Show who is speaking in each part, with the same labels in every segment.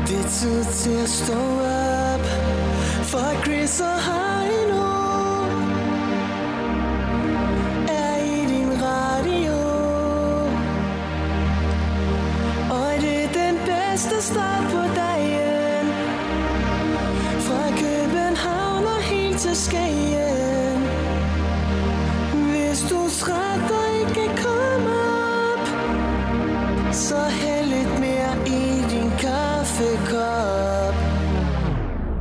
Speaker 1: altid til at stå op For Chris og Heino Er i din radio Og det er den bedste start på dagen Fra København og helt til Skagen Hvis du er træt og ikke kan komme op Så hæld lidt mere i din kaffekop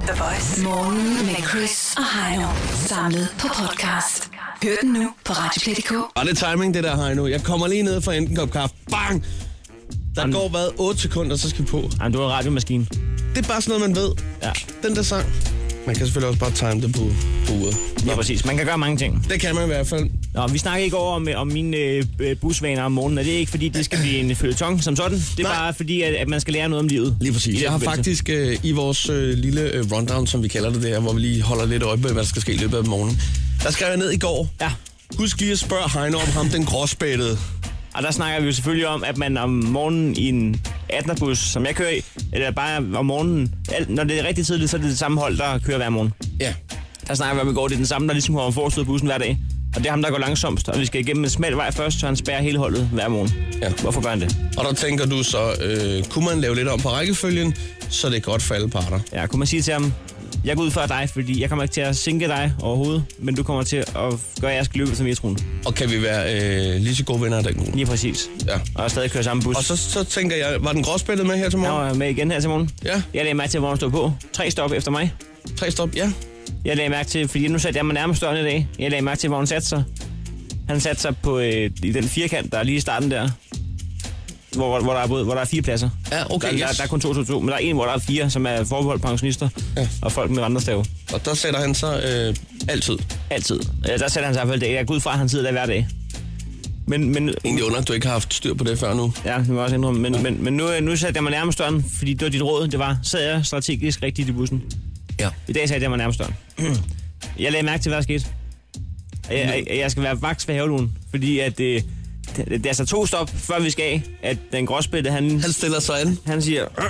Speaker 2: The Voice. Morgen med Chris og Heino. Samlet på podcast. Hør den nu på Radioplay.dk.
Speaker 3: Og det er timing, det der har nu. Jeg kommer lige ned for enten kop kaffe. Bang! Der
Speaker 4: Jamen.
Speaker 3: går hvad? 8 sekunder, så skal vi på.
Speaker 4: Jamen, du er en radiomaskine.
Speaker 3: Det er bare sådan noget, man ved.
Speaker 4: Ja.
Speaker 3: Den der sang. Man kan selvfølgelig også bare time det på, på uret.
Speaker 4: Ja, præcis. Man kan gøre mange ting.
Speaker 3: Det kan man i hvert fald.
Speaker 4: Nå, vi snakkede i går om, øh, om mine øh, øh, busvaner om morgenen, og det er ikke fordi, det skal blive en følgetong som sådan. Det er
Speaker 3: Nej.
Speaker 4: Nej. bare fordi, at, at man skal lære noget om livet.
Speaker 3: Lige
Speaker 4: I
Speaker 3: præcis.
Speaker 4: den
Speaker 3: Jeg har
Speaker 4: forbindelse.
Speaker 3: faktisk øh, i vores øh, lille øh, rundown, som vi kalder det der, hvor vi lige holder lidt øje med, hvad der skal ske i løbet af morgenen. Der skrev jeg ned i går.
Speaker 4: Ja,
Speaker 3: Husk lige at spørge Heino om ham, den gråspættede.
Speaker 4: og der snakker vi jo selvfølgelig om, at man om morgenen i en 18'er-bus, som jeg kører i, eller bare om morgenen, alt, når det er rigtig tidligt, så er det det samme hold, der kører hver morgen.
Speaker 3: Ja.
Speaker 4: Der snakker vi om i går, det er den samme, der ligesom kommer forstået bussen hver dag. Og det er ham, der går langsomst, og vi skal igennem en smal vej først, så han spærrer hele holdet hver morgen.
Speaker 3: Ja.
Speaker 4: Hvorfor gør han det?
Speaker 3: Og der tænker du så, øh, kunne man lave lidt om på rækkefølgen, så det er godt for alle parter.
Speaker 4: Ja, kunne man sige til ham, jeg går ud før dig, fordi jeg kommer ikke til at sænke dig overhovedet, men du kommer til at gøre jeres løb som metroen.
Speaker 3: Og kan vi være øh, lige så gode venner af den gruppe?
Speaker 4: Lige præcis.
Speaker 3: Ja.
Speaker 4: Og stadig kører samme bus.
Speaker 3: Og så, så tænker jeg, var den gråspillet med her til
Speaker 4: Jeg
Speaker 3: morgen?
Speaker 4: var med igen her til morgen.
Speaker 3: Ja.
Speaker 4: Jeg lagde mærke til, hvor hun stod på. Tre stop efter mig.
Speaker 3: Tre stop, ja.
Speaker 4: Jeg lagde mærke til, fordi nu satte jeg mig nærmest døren i dag. Jeg lagde mærke til, hvor hun satte sig. Han satte sig på øh, i den firkant, der er lige i starten der. Hvor, hvor, hvor, der, er både, hvor der er fire pladser.
Speaker 3: Ja, okay,
Speaker 4: der, der,
Speaker 3: yes.
Speaker 4: der, er kun to, to, to, men der er en, hvor der er fire, som er forbeholdt pensionister
Speaker 3: Ja.
Speaker 4: og folk med vandrestave.
Speaker 3: Og der sætter han så øh, altid.
Speaker 4: Altid. Ja, der sætter han sig i hvert fald dag. Jeg går ud fra, at han sidder der hver dag. Men, men,
Speaker 3: Egentlig under, at du ikke har haft styr på det før nu.
Speaker 4: ja, det må jeg også indrømme. Men, men, men nu, øh, nu satte jeg mig nærmest døren, fordi det var dit råd. Det var, sad jeg strategisk rigtigt i bussen.
Speaker 3: Ja.
Speaker 4: I dag satte jeg mig nærmest døren. jeg lagde mærke til, hvad der skete. Jeg, jeg, jeg skal være vaks ved haveluen, fordi at, øh, det, det, er altså to stop, før vi skal af, at den gråspætte, han,
Speaker 3: Han stiller sig an,
Speaker 4: han siger... "Øh."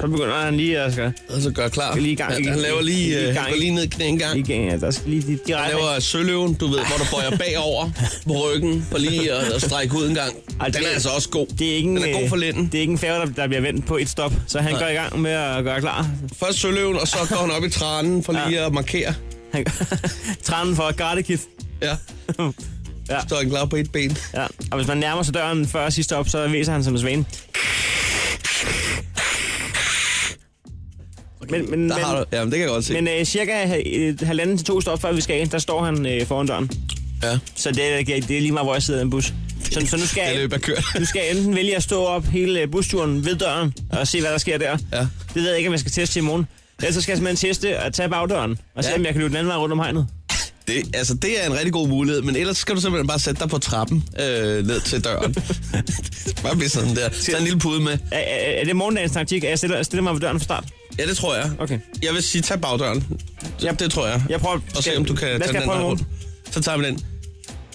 Speaker 4: Så begynder han lige at skal...
Speaker 3: og så gør klar.
Speaker 4: Lige i gang,
Speaker 3: han,
Speaker 4: lige-
Speaker 3: han laver lige,
Speaker 4: lige i
Speaker 3: øh,
Speaker 4: gang,
Speaker 3: han går lige ned i knæ en gang.
Speaker 4: Lige, gang- ja, der skal lige de, de
Speaker 3: Han
Speaker 4: rette.
Speaker 3: laver søløven, du ved, hvor du bøjer bagover på ryggen, for lige at, at strække ud en gang.
Speaker 4: Ej, det-
Speaker 3: Den er altså også god.
Speaker 4: Det er ikke en,
Speaker 3: Den er god
Speaker 4: øh,
Speaker 3: for lænden.
Speaker 4: Det er ikke en færge, der, der bliver vendt på et stop, så han
Speaker 3: Nej.
Speaker 4: går i gang med at gøre klar.
Speaker 3: Først søløven, og så går han op i tranen for lige at markere.
Speaker 4: Han, trænen for at garde kit.
Speaker 3: Ja,
Speaker 4: ja,
Speaker 3: så er han klar på et ben.
Speaker 4: ja. Og hvis man nærmer sig døren før sidste stop, så væser han som en svane. Men, men,
Speaker 3: Der har du,
Speaker 4: men,
Speaker 3: jamen, det kan jeg godt se.
Speaker 4: men øh, cirka ha- øh, halvanden til to stop før vi skal af, der står han øh, foran døren.
Speaker 3: ja.
Speaker 4: Så det, er- det er lige meget, hvor jeg sidder i en bus. Så, så nu skal
Speaker 3: Det
Speaker 4: jeg,
Speaker 3: løb er kørt.
Speaker 4: nu skal jeg enten vælge at stå op hele øh, busturen ved døren og se, hvad der sker der.
Speaker 3: Ja.
Speaker 4: Det ved jeg ikke, om jeg skal teste til i morgen. Ellers så skal jeg simpelthen teste og tage bagdøren og se,
Speaker 3: Ja.
Speaker 4: om jeg kan løbe den anden vej rundt om hegnet.
Speaker 3: Det, altså, det er en rigtig god mulighed, men ellers skal du simpelthen bare sætte dig på trappen øh, ned til døren. bare blive sådan der. Tag en lille pude med.
Speaker 4: Er, er, er det morgendagens taktik, at jeg stiller, stiller mig ved døren fra start?
Speaker 3: Ja, det tror jeg.
Speaker 4: Okay.
Speaker 3: Jeg vil sige, tag bagdøren. Ja, det tror jeg.
Speaker 4: Jeg prøver...
Speaker 3: Og se, om du kan
Speaker 4: hvad
Speaker 3: tage
Speaker 4: skal
Speaker 3: den
Speaker 4: jeg
Speaker 3: anden
Speaker 4: prøve
Speaker 3: vej
Speaker 4: i
Speaker 3: rundt.
Speaker 4: morgen?
Speaker 3: Så tager vi den.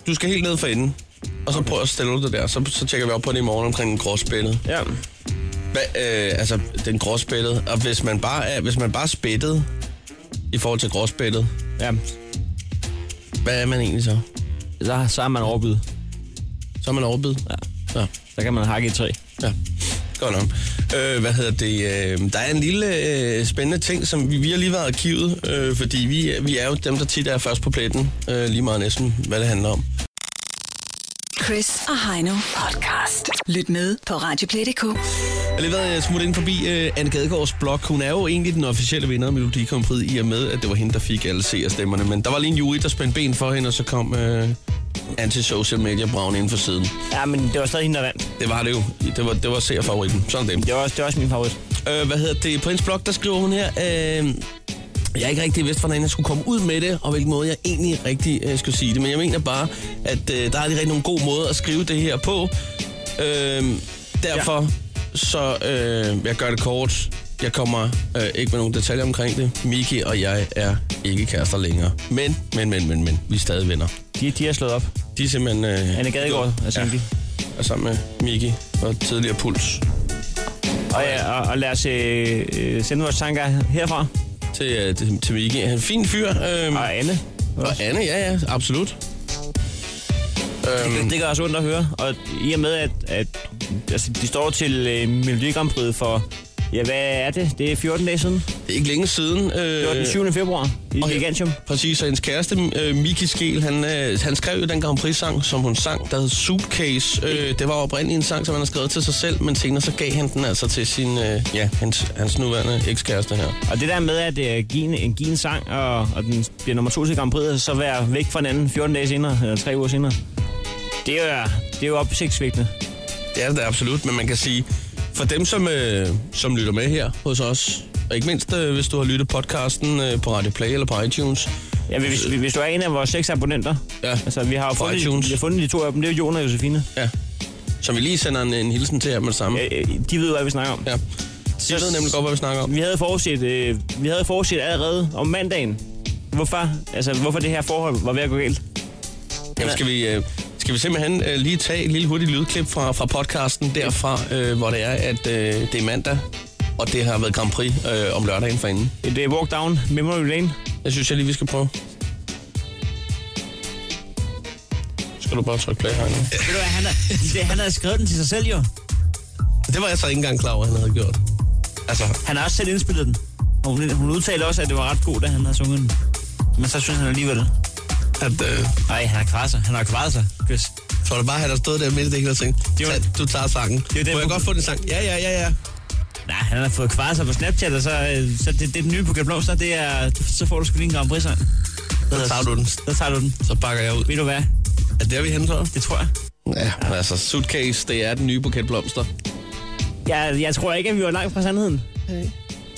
Speaker 3: Du skal helt ned for enden. Og så okay. prøv at stille dig der. Så, så tjekker vi op på det i morgen omkring den gråspættede.
Speaker 4: Ja.
Speaker 3: Hva, øh, altså, den gråspættede. Og hvis man bare er, hvis man bare er spættet i forhold til gråspættet,
Speaker 4: ja.
Speaker 3: hvad er man egentlig så?
Speaker 4: Så, så er man overbydet.
Speaker 3: Så er man overbid. Ja. ja.
Speaker 4: Så kan man hakke i træ.
Speaker 3: Ja, godt nok. Øh, hvad hedder det? Øh, der er en lille øh, spændende ting, som vi, vi har lige været i arkivet, øh, fordi vi, vi er jo dem, der tit er først på pletten, øh, lige meget næsten, hvad det handler om.
Speaker 2: Chris og Heino podcast. Lyt med på Radioplay.dk.
Speaker 3: Jeg har lige været øh, smut ind forbi øh, Anne Gadegaards blog. Hun er jo egentlig den officielle vinder af Melodi Grand Prix, i og med, at det var hende, der fik alle seerstemmerne. Men der var lige en jury, der spændte ben for hende, og så kom øh, anti-social media braven ind for siden.
Speaker 4: Ja, men det var stadig hende, der vandt.
Speaker 3: Det var det jo. Det var, det var seerfavoritten. Sådan det.
Speaker 4: Det var også, det var også min favorit.
Speaker 3: Øh, hvad hedder det? På hendes blog, der skriver hun her, øh, jeg har ikke rigtig vidst, hvordan jeg skulle komme ud med det, og hvilken måde jeg egentlig rigtig øh, skulle sige det. Men jeg mener bare, at øh, der er lige rigtig nogle gode måder at skrive det her på. Øh, derfor, ja. så øh, jeg gør det kort. Jeg kommer øh, ikke med nogen detaljer omkring det. Miki og jeg er ikke kærester længere. Men, men, men, men, men, vi er stadig venner.
Speaker 4: De, de er slået op.
Speaker 3: De er simpelthen... Øh,
Speaker 4: Anne Gadegaard er single.
Speaker 3: Ja, er sammen med Miki og tidligere Puls.
Speaker 4: Og, ja, og, og lad os øh, øh, sende vores tanker herfra.
Speaker 3: til, øh, til, til Miki. Han er en fin fyr. Øhm,
Speaker 4: Og Anne.
Speaker 3: og Anne, ja, ja, absolut. Øhm,
Speaker 4: Det gør også ondt at høre. Og i og med, at, at altså, de står til øh, Melodi Grand Prix for... Ja, hvad er det? Det er 14 dage siden.
Speaker 3: det er ikke længe siden. Øh,
Speaker 4: Det var den 7. februar i
Speaker 3: og her-
Speaker 4: Gigantium.
Speaker 3: Præcis, og hendes kæreste, øh, Miki Skel, han, øh, han skrev jo den Grand Prix-sang, som hun sang, der hed Suitcase. Øh, det var oprindeligt en sang, som han havde skrevet til sig selv, men senere så gav han den altså til sin, øh, ja, hans, hans nuværende ekskæreste her.
Speaker 4: Og det der med, at øh, give en, en, give en sang, og, og den bliver nummer to til Grand Prix, og så være væk fra hinanden 14 dage senere, eller 3 uger senere, det er, det er jo opsigtsvægtende.
Speaker 3: Det er det da absolut, men man kan sige, for dem, som, øh, som lytter med her hos os, og ikke mindst, øh, hvis du har lyttet podcasten øh, på Radio Play eller på iTunes,
Speaker 4: Ja, hvis, hvis, hvis du er en af vores seks abonnenter,
Speaker 3: Ja.
Speaker 4: altså vi har jo
Speaker 3: På
Speaker 4: fundet,
Speaker 3: Øh. iTunes.
Speaker 4: vi har fundet de to af dem, det er Jon og Josefine.
Speaker 3: ja, som vi lige sender en, en hilsen til her med det samme.
Speaker 4: Øh, øh, de ved, hvad vi snakker om.
Speaker 3: Ja. De ved nemlig godt, hvad vi snakker om.
Speaker 4: Vi havde forudset, øh, vi havde forudset allerede om mandagen, hvorfor, altså, hvorfor det her forhold var ved at gå galt.
Speaker 3: Jamen, skal, vi, øh, skal vi simpelthen øh, lige tage et lille hurtigt lydklip fra, fra podcasten derfra, øh, hvor det er, at øh, det er mandag, og det har været Grand Prix øh, om lørdagen forinden.
Speaker 4: Et øh, walk down memory lane.
Speaker 3: Jeg synes jeg lige, vi skal prøve. Skal du bare trykke play herinde?
Speaker 5: Ved du hvad, han, har- det, han havde skrevet den til sig selv jo.
Speaker 3: Det var jeg så ikke engang klar over, han havde gjort. Altså,
Speaker 5: Han har også selv indspillet den. Og hun, hun udtalte også, at det var ret god, da han havde sunget den. Men så synes han alligevel...
Speaker 3: at, øh,
Speaker 5: Nej, han har kvaret sig. Han har kvaret sig, Chris.
Speaker 3: tror du bare, at han har stået der midt i det hele og tænkt,
Speaker 5: Det var-
Speaker 3: "Tag- du tager sangen.
Speaker 5: er jo den,
Speaker 3: Må jeg
Speaker 5: hvor-
Speaker 3: godt få den sang? Ja, ja, ja, ja.
Speaker 5: Nej, han har fået kvaret sig på Snapchat, og så, øh, så det, det er den nye Buket Blomster, det er, så får du sgu lige en Grand Prix sang.
Speaker 3: Så tager du den.
Speaker 5: Så tager du den.
Speaker 3: Så bakker jeg ud.
Speaker 5: Ved du hvad?
Speaker 3: Er det der, vi hen, tror du?
Speaker 5: Det tror jeg.
Speaker 3: Ja, men altså, Suitcase, det er den nye buket blomster.
Speaker 4: Jeg, jeg tror ikke, at vi var langt fra sandheden.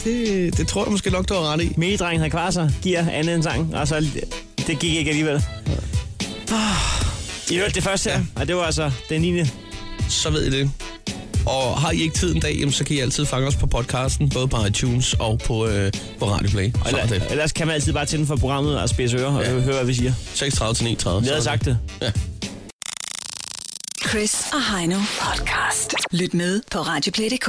Speaker 3: Det, det tror jeg måske nok, du har ret i.
Speaker 4: Megedrengen havde kvar sig, giver Anne en sang, og så det gik ikke alligevel. Ah, I hørte det første her, og det var altså den 9.
Speaker 3: Så ved I det. Og har I ikke tid en dag, jamen, så kan I altid fange os på podcasten, både på iTunes og på, øh, på Radio Play.
Speaker 4: Og
Speaker 3: Så er
Speaker 4: eller,
Speaker 3: det
Speaker 4: ellers kan man altid bare tænde for programmet og spidse ører og
Speaker 3: Ja.
Speaker 4: ja. høre, hvad vi siger.
Speaker 3: 36 til 39.
Speaker 4: Vi
Speaker 3: så er
Speaker 4: havde sagt det.
Speaker 3: Ja.
Speaker 2: Chris og Heino podcast. Lyt med på Radioplay.dk.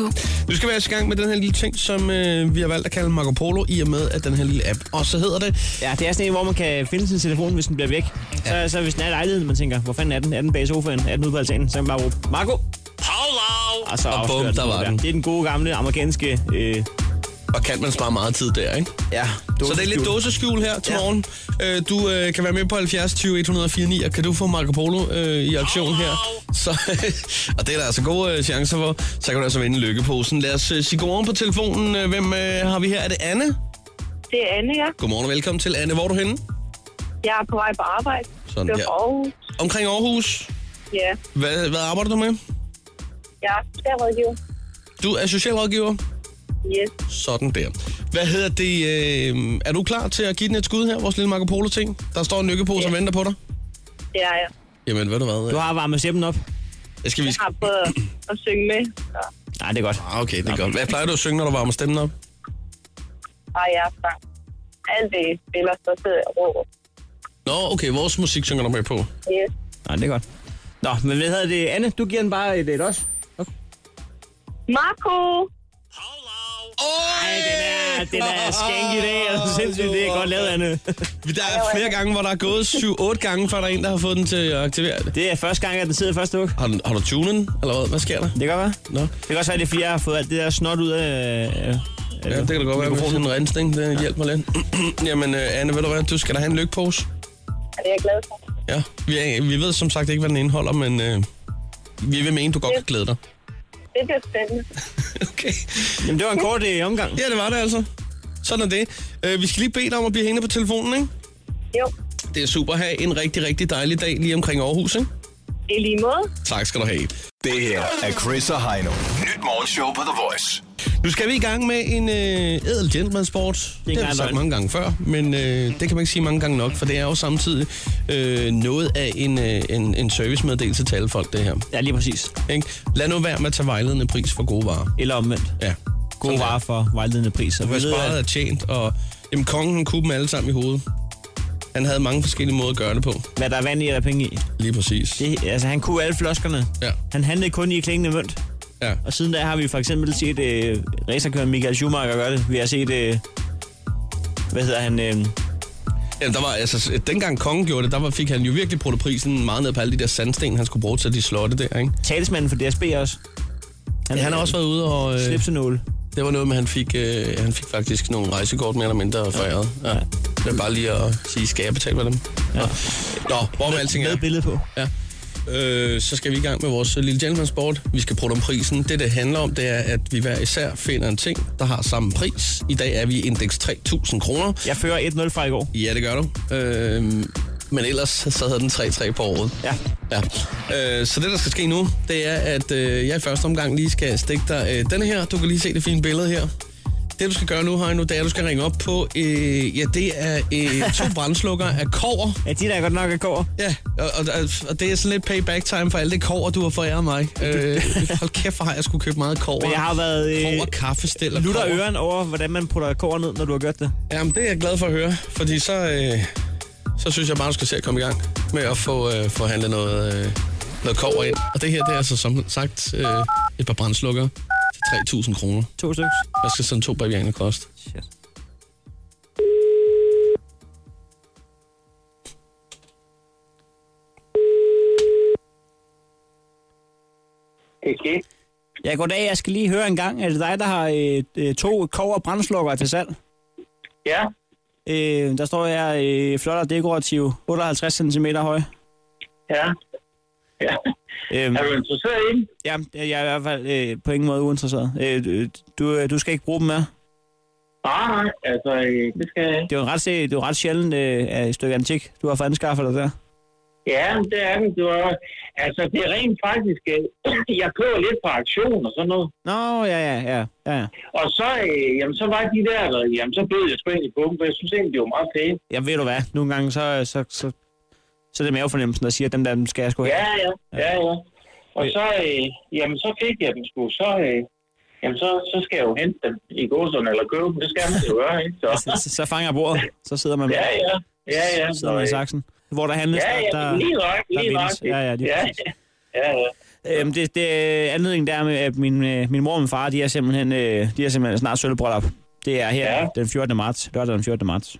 Speaker 3: Nu skal vi altså i gang med den her lille ting, som øh, vi har valgt at kalde Marco Polo, i og med, at den her lille app også hedder det.
Speaker 4: Ja, det er sådan en, hvor man kan finde sin telefon, hvis den bliver væk. Ja. Så, så hvis den er i lejligheden, man tænker, hvor fanden er den? Er den bag sofaen? Er den ude på altanen? Så kan man bare råbe, Marco! Hello! Og så
Speaker 3: Og
Speaker 4: afslører
Speaker 3: bum, der var
Speaker 4: Ja,
Speaker 3: den.
Speaker 4: Det er den gode gamle amerikanske... Øh,
Speaker 3: Og kan man spare meget tid der, ikke?
Speaker 4: ja,
Speaker 3: Så det er lidt dåseskjul her til
Speaker 4: Ja.
Speaker 3: morgen. Øh, du øh, kan være med på 70 20 104 9, og kan du få Marco Polo øh, i aktion her? Så, og det er der altså gode øh, chancer for. Så kan du altså vinde lykkeposen. Lad os øh, sige godmorgen på telefonen. Øh, Hvem øh, har vi her? Er det Anne?
Speaker 6: Det er Anne, ja.
Speaker 3: Godmorgen og velkommen til. Anne, hvor er du henne?
Speaker 6: Jeg er på vej på arbejde.
Speaker 3: Sådan
Speaker 6: det er
Speaker 3: der.
Speaker 6: fra Aarhus.
Speaker 3: Omkring Aarhus.
Speaker 6: Ja,
Speaker 3: Hvad, hvad arbejder du med?
Speaker 6: jeg er socialrådgiver.
Speaker 3: Du er socialrådgiver.
Speaker 6: Yes,
Speaker 3: Sådan der. Hvad hedder det? Øh, er du klar til at give den et skud her, vores lille Marco Polo-ting? Der står en lykkepose og venter på dig.
Speaker 6: det er jeg.
Speaker 3: Jamen, ved du hvad?
Speaker 4: Du har varmet sæppen op.
Speaker 3: Jeg skal vi...
Speaker 6: Jeg har prøvet at, at synge med. Så
Speaker 4: Nej, det er godt.
Speaker 3: Ah, okay, det er godt. Hvad plejer du at synge, når du varmer stemmen op?
Speaker 6: har jeg sang. Alt det I spiller, så sidder jeg og råber.
Speaker 3: Nå, okay, vores musik synger du med på.
Speaker 6: Yes.
Speaker 4: Nej, det er godt. Nå, men hvad hedder det? Anne, du giver den bare et, et os.
Speaker 6: Marco!
Speaker 3: Ej,
Speaker 4: Den er, den er skænk i dag. Er du sindssygt, det er godt lavet, Anne.
Speaker 3: Der er flere gange, hvor der er gået 7-8 gange, før der er en, der har fået den til at aktivere det.
Speaker 4: Det er første gang, at den sidder i første hug.
Speaker 3: Har, du- har du tunen, eller hvad? Hvad sker der?
Speaker 4: Det kan godt være.
Speaker 3: Nå,
Speaker 4: Det kan også være, at det er fordi, jeg har fået alt det der snot ud af... Øh,
Speaker 3: ja, det kan da godt være, at vi får en rensning. Det hjælper lidt. Jamen, øh, Anne, ved du hvad? Du skal da have en lykkepose.
Speaker 6: Er det er jeg glad for?
Speaker 3: Ja, vi, er, vi ved som sagt ikke, hvad den indeholder, men øh, vi vil mene, du godt kan glæde dig.
Speaker 6: Det bliver spændende.
Speaker 3: Okay.
Speaker 4: Jamen, det var en kort øh, omgang.
Speaker 3: Ja, det var det altså. Sådan er det. Øh, vi skal lige bede dig om at blive hængende på telefonen, ikke?
Speaker 6: Jo,
Speaker 3: Det er super. Ha' en rigtig, rigtig dejlig dag lige omkring Aarhus, ikke?
Speaker 6: i lige måde.
Speaker 3: Tak skal du have.
Speaker 7: Det her er Chris og Heino. Nyt morgenshow på The Voice.
Speaker 3: Nu skal vi i gang med en øh, ædel gentleman sport. Det, har vi
Speaker 4: engang
Speaker 3: sagt
Speaker 4: løgn.
Speaker 3: mange gange før, men øh, det kan man ikke sige mange gange nok, for det er jo samtidig øh, noget af en, øh, en, en servicemeddelelse til alle folk, det her.
Speaker 4: Ja, lige præcis.
Speaker 3: Ikke? Lad nu være med at tage vejledende pris for gode varer.
Speaker 4: Eller omvendt.
Speaker 3: Ja.
Speaker 4: Gode varer for vejledende priser.
Speaker 3: Hvad
Speaker 4: Vi ved, øh,
Speaker 3: sparet er
Speaker 4: at
Speaker 3: tjent, og jamen, kongen han kunne dem alle sammen i hovedet. Han havde mange forskellige måder at gøre det på.
Speaker 4: hvad der er vand i, er der er penge i.
Speaker 3: Lige præcis.
Speaker 4: Det, altså, han kunne alle floskerne.
Speaker 3: Ja.
Speaker 4: Han handlede kun i klingende mønt.
Speaker 3: Ja.
Speaker 4: Og siden da har vi for eksempel set øh, racerkøren Michael Schumacher gøre det. Vi har set, øh, hvad hedder han, øh,
Speaker 3: Jamen, der var, altså, dengang kongen gjorde det, der var, fik han jo virkelig protoprisen meget ned på alle de der sandsten, han skulle bruge til de slotte der, ikke?
Speaker 4: talsmanden for DSB også.
Speaker 3: Han, han har også været ude og... Øh,
Speaker 4: Slipsenål.
Speaker 3: det var noget med, at han fik, øh, han fik faktisk nogle rejsekort mere eller mindre foræret. Ja. ja. Det er bare lige at sige, skal jeg betale for dem? Ja. Nå, hvor med øh, alting er.
Speaker 4: Med billede på.
Speaker 3: Ja. Øh, så skal vi i gang med vores lille gentleman sport. Vi skal prøve om prisen. Det, det handler om, det er, at vi hver især finder en ting, der har samme pris. I dag er vi i indeks 3.000 kroner.
Speaker 4: Jeg fører 1-0 fra i går.
Speaker 3: Ja, det gør du. Øh, men ellers så havde den 3-3 på året.
Speaker 4: Ja.
Speaker 3: Ja. Øh, så det, der skal ske nu, det er, at øh, jeg i første omgang lige skal stikke dig øh, denne her. Du kan lige se det fine billede her. Det, du skal gøre nu, Heino, det er, at du skal ringe op på... Øh, ja, det er øh, to brændslukker af kover.
Speaker 4: Ja, de der er godt nok af går.
Speaker 3: Ja, og, og, og det er sådan lidt payback time for alle det kover, du har foræret mig. Øh, hold kæft, for har jeg skulle købe meget kover.
Speaker 4: Men jeg har været øh,
Speaker 3: Kover, kaffestil og
Speaker 4: lutter
Speaker 3: kobber.
Speaker 4: øren over, hvordan man putter kår ned, når du har gjort det.
Speaker 3: Jamen, det er jeg glad for at høre, fordi så, øh, så synes jeg bare, du skal se at komme i gang med at få, øh, få handlet noget, øh, noget kover ind. Og det her, det er altså som sagt øh, et par brændslukker til 3.000 kroner.
Speaker 4: To stykker.
Speaker 3: Hvad skal sådan to bavianer koste?
Speaker 4: Shit.
Speaker 6: Okay.
Speaker 4: Ja, goddag. Jeg skal lige høre en gang. Er det dig, der har øh, øh, to kover brændslukker til salg?
Speaker 6: Ja,
Speaker 4: Øh, der står jeg øh, flot og dekorativ, 58 cm høj.
Speaker 6: ja. ja.
Speaker 4: Øhm,
Speaker 6: Er du interesseret i den?
Speaker 4: ja, jeg er i hvert fald øh, på ingen måde uinteresseret. Øh, øh, du, øh, du skal ikke bruge dem mere.
Speaker 6: Nej, nej, altså, øh, det skal jeg. ikke.
Speaker 4: Det er jo en ret, se- det er jo ret sjældent øh, af et stykke antik, du har fået anskaffet dig der.
Speaker 6: Ja, men det er den. Du er, altså, det er rent faktisk... Øh, jeg køber lidt på aktion og sådan noget.
Speaker 4: Nå, ja, ja, ja. ja, ja.
Speaker 6: Og så, øh, jamen, så var de der, der jamen, så blev jeg sgu egentlig på dem, for jeg synes egentlig, det var meget pænt.
Speaker 4: Ja, ved du hvad, nogle gange så, øh, så, så, så er det mavefornemmelsen, der siger, at dem der dem skal jeg sgu have.
Speaker 6: Ja, ja, ja, ja. Og så, øh, jamen, så fik jeg dem sgu, så, øh, jamen, så, så skal jeg jo hente dem i gåsund eller købe dem, det skal man jo gøre, ikke? Så,
Speaker 4: Så, så fanger jeg bordet, så sidder man med,
Speaker 6: ja, ja, ja, ja.
Speaker 4: sidder man med
Speaker 6: øh,
Speaker 4: saksen. Hvor der handles,
Speaker 6: ja,
Speaker 4: der,
Speaker 6: ja,
Speaker 4: der,
Speaker 6: lige nok, lige nok.
Speaker 4: vindes. Ja, ja, lige
Speaker 6: ja,
Speaker 4: præcis.
Speaker 6: ja, ja.
Speaker 4: Øhm, det, det er anledningen der med, at min, øh, min mor og min far, de er simpelthen, øh, de er simpelthen snart sølvbrød op. Det er her ja.
Speaker 6: Ja.
Speaker 4: den 14. marts, lørdag den 14. marts,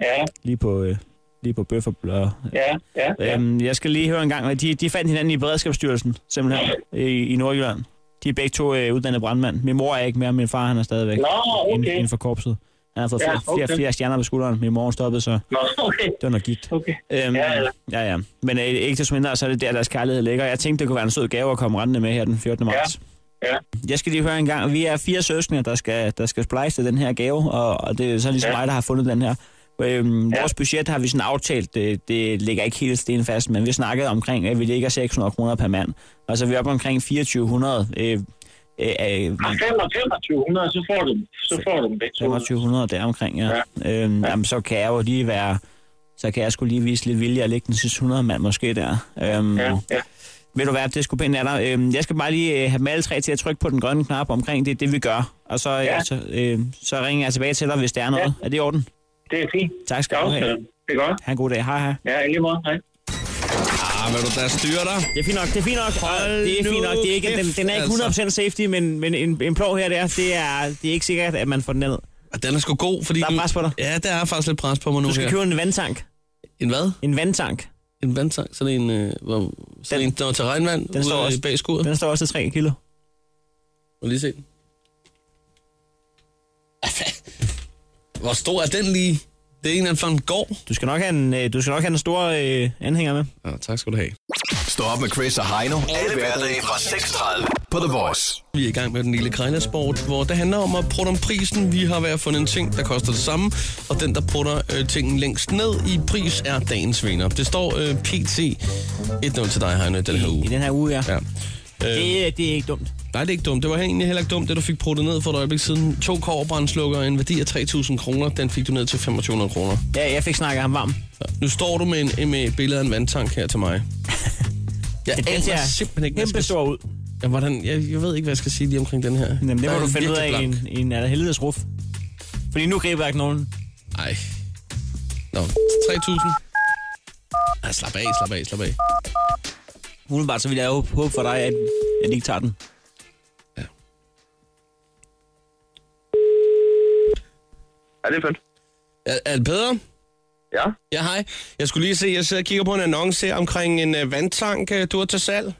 Speaker 6: Ja,
Speaker 4: lige på, øh, lige på Bøf og Blør.
Speaker 6: ja, ja, ja.
Speaker 4: Øhm, jeg skal lige høre en gang, de, de fandt hinanden i Beredskabsstyrelsen, simpelthen, i, i Nordjylland. De er begge to øh, uddannede brandmænd. Min mor er ikke mere, min far han er stadigvæk
Speaker 6: Nå,
Speaker 4: inden,
Speaker 6: okay.
Speaker 4: inden for korpset. Han har fået
Speaker 6: Ja,
Speaker 4: flere, flere,
Speaker 6: okay.
Speaker 4: flere stjerner på skulderen. Min mor stoppede, så
Speaker 6: Nå, okay,
Speaker 4: det var nok gigt.
Speaker 6: okay.
Speaker 4: Øhm,
Speaker 6: Ja, ja.
Speaker 4: ja, ja. Men øh, ikke desto mindre, så er det der, deres kærlighed ligger. Jeg tænkte, det kunne være en sød gave at komme rendende med her den 14. marts.
Speaker 6: Ja.
Speaker 4: Jeg skal lige høre en gang. Vi er fire søskende, der skal, der skal splice til den her gave, og, og det er så ligesom ja.
Speaker 6: Ja.
Speaker 4: mig, der har fundet den her. Øhm, ja.
Speaker 6: Ja.
Speaker 4: Vores budget har vi sådan aftalt, det, det ligger ikke helt stenfast, men vi snakkede omkring, at vi ligger 600 kroner per mand. Og så er vi oppe omkring 2400, øh, øh, øh,
Speaker 6: Og 2500, så får du dem, så får du dem begge to.
Speaker 4: 2500 deromkring, ja. ja. Øhm, ja. Jamen, så kan jeg jo lige være... Så kan jeg skulle lige vise lidt vilje og lægge den sidste 100 mand måske der. Øhm,
Speaker 6: Ja, ja.
Speaker 4: Ved du hvad, det skulle pænt af dig. Øhm, jeg skal bare lige øh, have dem alle tre til at trykke på den grønne knap omkring det, det vi gør. Og så, ja.
Speaker 6: Ja.
Speaker 4: så, øh, så ringer jeg tilbage til dig, hvis der er noget. Ja. Er det i orden?
Speaker 6: Det er fint.
Speaker 4: Tak
Speaker 6: Det
Speaker 4: skal
Speaker 6: er
Speaker 4: du have.
Speaker 6: aftalt. Det er godt.
Speaker 4: Ha' en god dag. Hej, hej.
Speaker 6: Ja, i lige måde. Hej.
Speaker 3: Ah, vil du da styre dig?
Speaker 4: Det er fint nok, det er fint nok.
Speaker 3: Hold
Speaker 4: det er
Speaker 3: nu
Speaker 4: fint nok. Det er ikke, den, den er
Speaker 3: kæft,
Speaker 4: ikke 100% safety, men, men en, en plov her, det er, det er, det er ikke sikkert, at man får den ned.
Speaker 3: Og den er sgu god, fordi...
Speaker 4: Der er
Speaker 3: den-
Speaker 4: pres på dig.
Speaker 3: Ja, der er faktisk lidt pres på mig nu
Speaker 4: Du skal
Speaker 3: her.
Speaker 4: købe en vandtank.
Speaker 3: En hvad?
Speaker 4: En vandtank.
Speaker 3: En vandtank? Sådan en, øh, hvor, sådan
Speaker 4: Den-
Speaker 3: den, en, der var til regnvand den ude
Speaker 4: står også-
Speaker 3: også. bag skuret. Den.
Speaker 4: Den står også til 3 kilo.
Speaker 3: Må lige se den. Hvor stor er den lige? Det er en eller anden for en gård.
Speaker 4: Du skal nok have en, øh, du skal nok have en stor øh, anhænger med.
Speaker 3: Ja, tak skal du have.
Speaker 7: Stå op med Chris og Heino. Alle hverdage fra 6.30 på The Voice.
Speaker 3: Vi er i gang med den lille krejlersport, hvor det handler om at prutte om prisen. Vi har hver fundet en ting, der koster det samme, og den, der prutter øh, tingen længst ned i pris, er dagens vinder. Det står øh, PT 1-0 til dig, Heine, den her uge.
Speaker 4: I den her uge, ja.
Speaker 3: Ja. Øh,
Speaker 4: Det, det er ikke dumt.
Speaker 3: nej, det er ikke dumt. Det var egentlig heller ikke dumt, det du fik pruttet ned for et øjeblik siden. To kårbrændslukker, en værdi af 3.000 kroner, den fik du ned til 2.500 kroner.
Speaker 4: Ja, jeg fik snakket ham varm.
Speaker 3: Så. Nu står du med, en, med et billede af en vandtank her til mig. Jeg
Speaker 4: Det
Speaker 3: aner
Speaker 4: ser
Speaker 3: simpelthen ikke, hvad
Speaker 4: Kæmpe
Speaker 3: jeg skal,
Speaker 4: stor ud.
Speaker 3: ja, hvordan, jeg, jeg ved ikke, hvad jeg skal sige lige omkring den her.
Speaker 4: Jamen, det
Speaker 3: Der
Speaker 4: må
Speaker 3: er
Speaker 4: du finde ud af
Speaker 3: virkelig
Speaker 4: i
Speaker 3: blank.
Speaker 4: en, i en allerhelvedes ruf. Fordi nu griber jeg knoglen.
Speaker 3: Ej. Nå, 3.000. Ej, slap af, slap af, slap af.
Speaker 4: Umiddelbart så vil jeg jo håbe for dig, at jeg ikke tager den.
Speaker 6: Ja, det er fedt.
Speaker 3: Er, er det bedre?
Speaker 6: Ja.
Speaker 3: Ja, hej. Jeg skulle lige se, jeg sidder og kigger på en annonce her omkring en øh, vandtank, øh, du har til salg.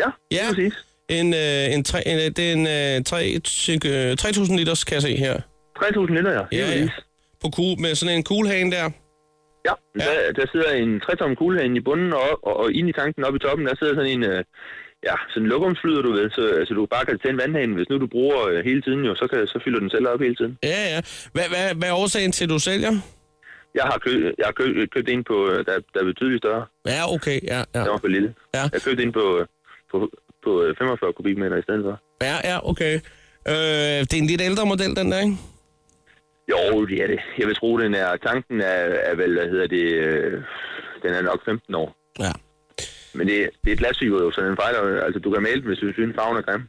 Speaker 6: Ja,
Speaker 3: Ja.
Speaker 6: ja. præcis.
Speaker 3: En, øh, en, tre, en, øh, det er en øh, tre- cirka, øh, 3.000 liters, kan jeg se her.
Speaker 6: 3.000 liter, ja.
Speaker 3: Ja,
Speaker 6: Ja,
Speaker 3: ja. På kugle, med sådan en kuglehane der.
Speaker 6: ja. Der, der sidder en 3-tom kugle herinde i bunden, og, og, og inde i tanken oppe i toppen, der sidder sådan en... Øh, ja, sådan en lukumsflyder, du ved, så, så du bare kan tænde vandhanen. Hvis nu du bruger øh, hele tiden jo, så, kan, så fylder den selv op hele tiden.
Speaker 3: Ja, ja. Hvad, hvad, hvad er årsagen til, at du sælger?
Speaker 6: Jeg har, kø, jeg har kø, købt en på, øh, der, der er betydeligt større.
Speaker 3: Ja, okay. Ja, ja.
Speaker 6: Den var for lille.
Speaker 3: Ja.
Speaker 6: Jeg købte en på, øh, på, på øh, 45 kubikmeter i stedet for.
Speaker 3: Ja, ja, okay. Øh, det er en lidt ældre model, den der, ikke?
Speaker 6: Jo, det er det. Jeg vil tro, den er... Tanken er, er vel, hvad hedder det... Øh, den er nok 15 år.
Speaker 3: Ja.
Speaker 6: Men det, det er glasfiber jo, så den fejler... jo- Altså, du kan male den, hvis du synes, farven er grim.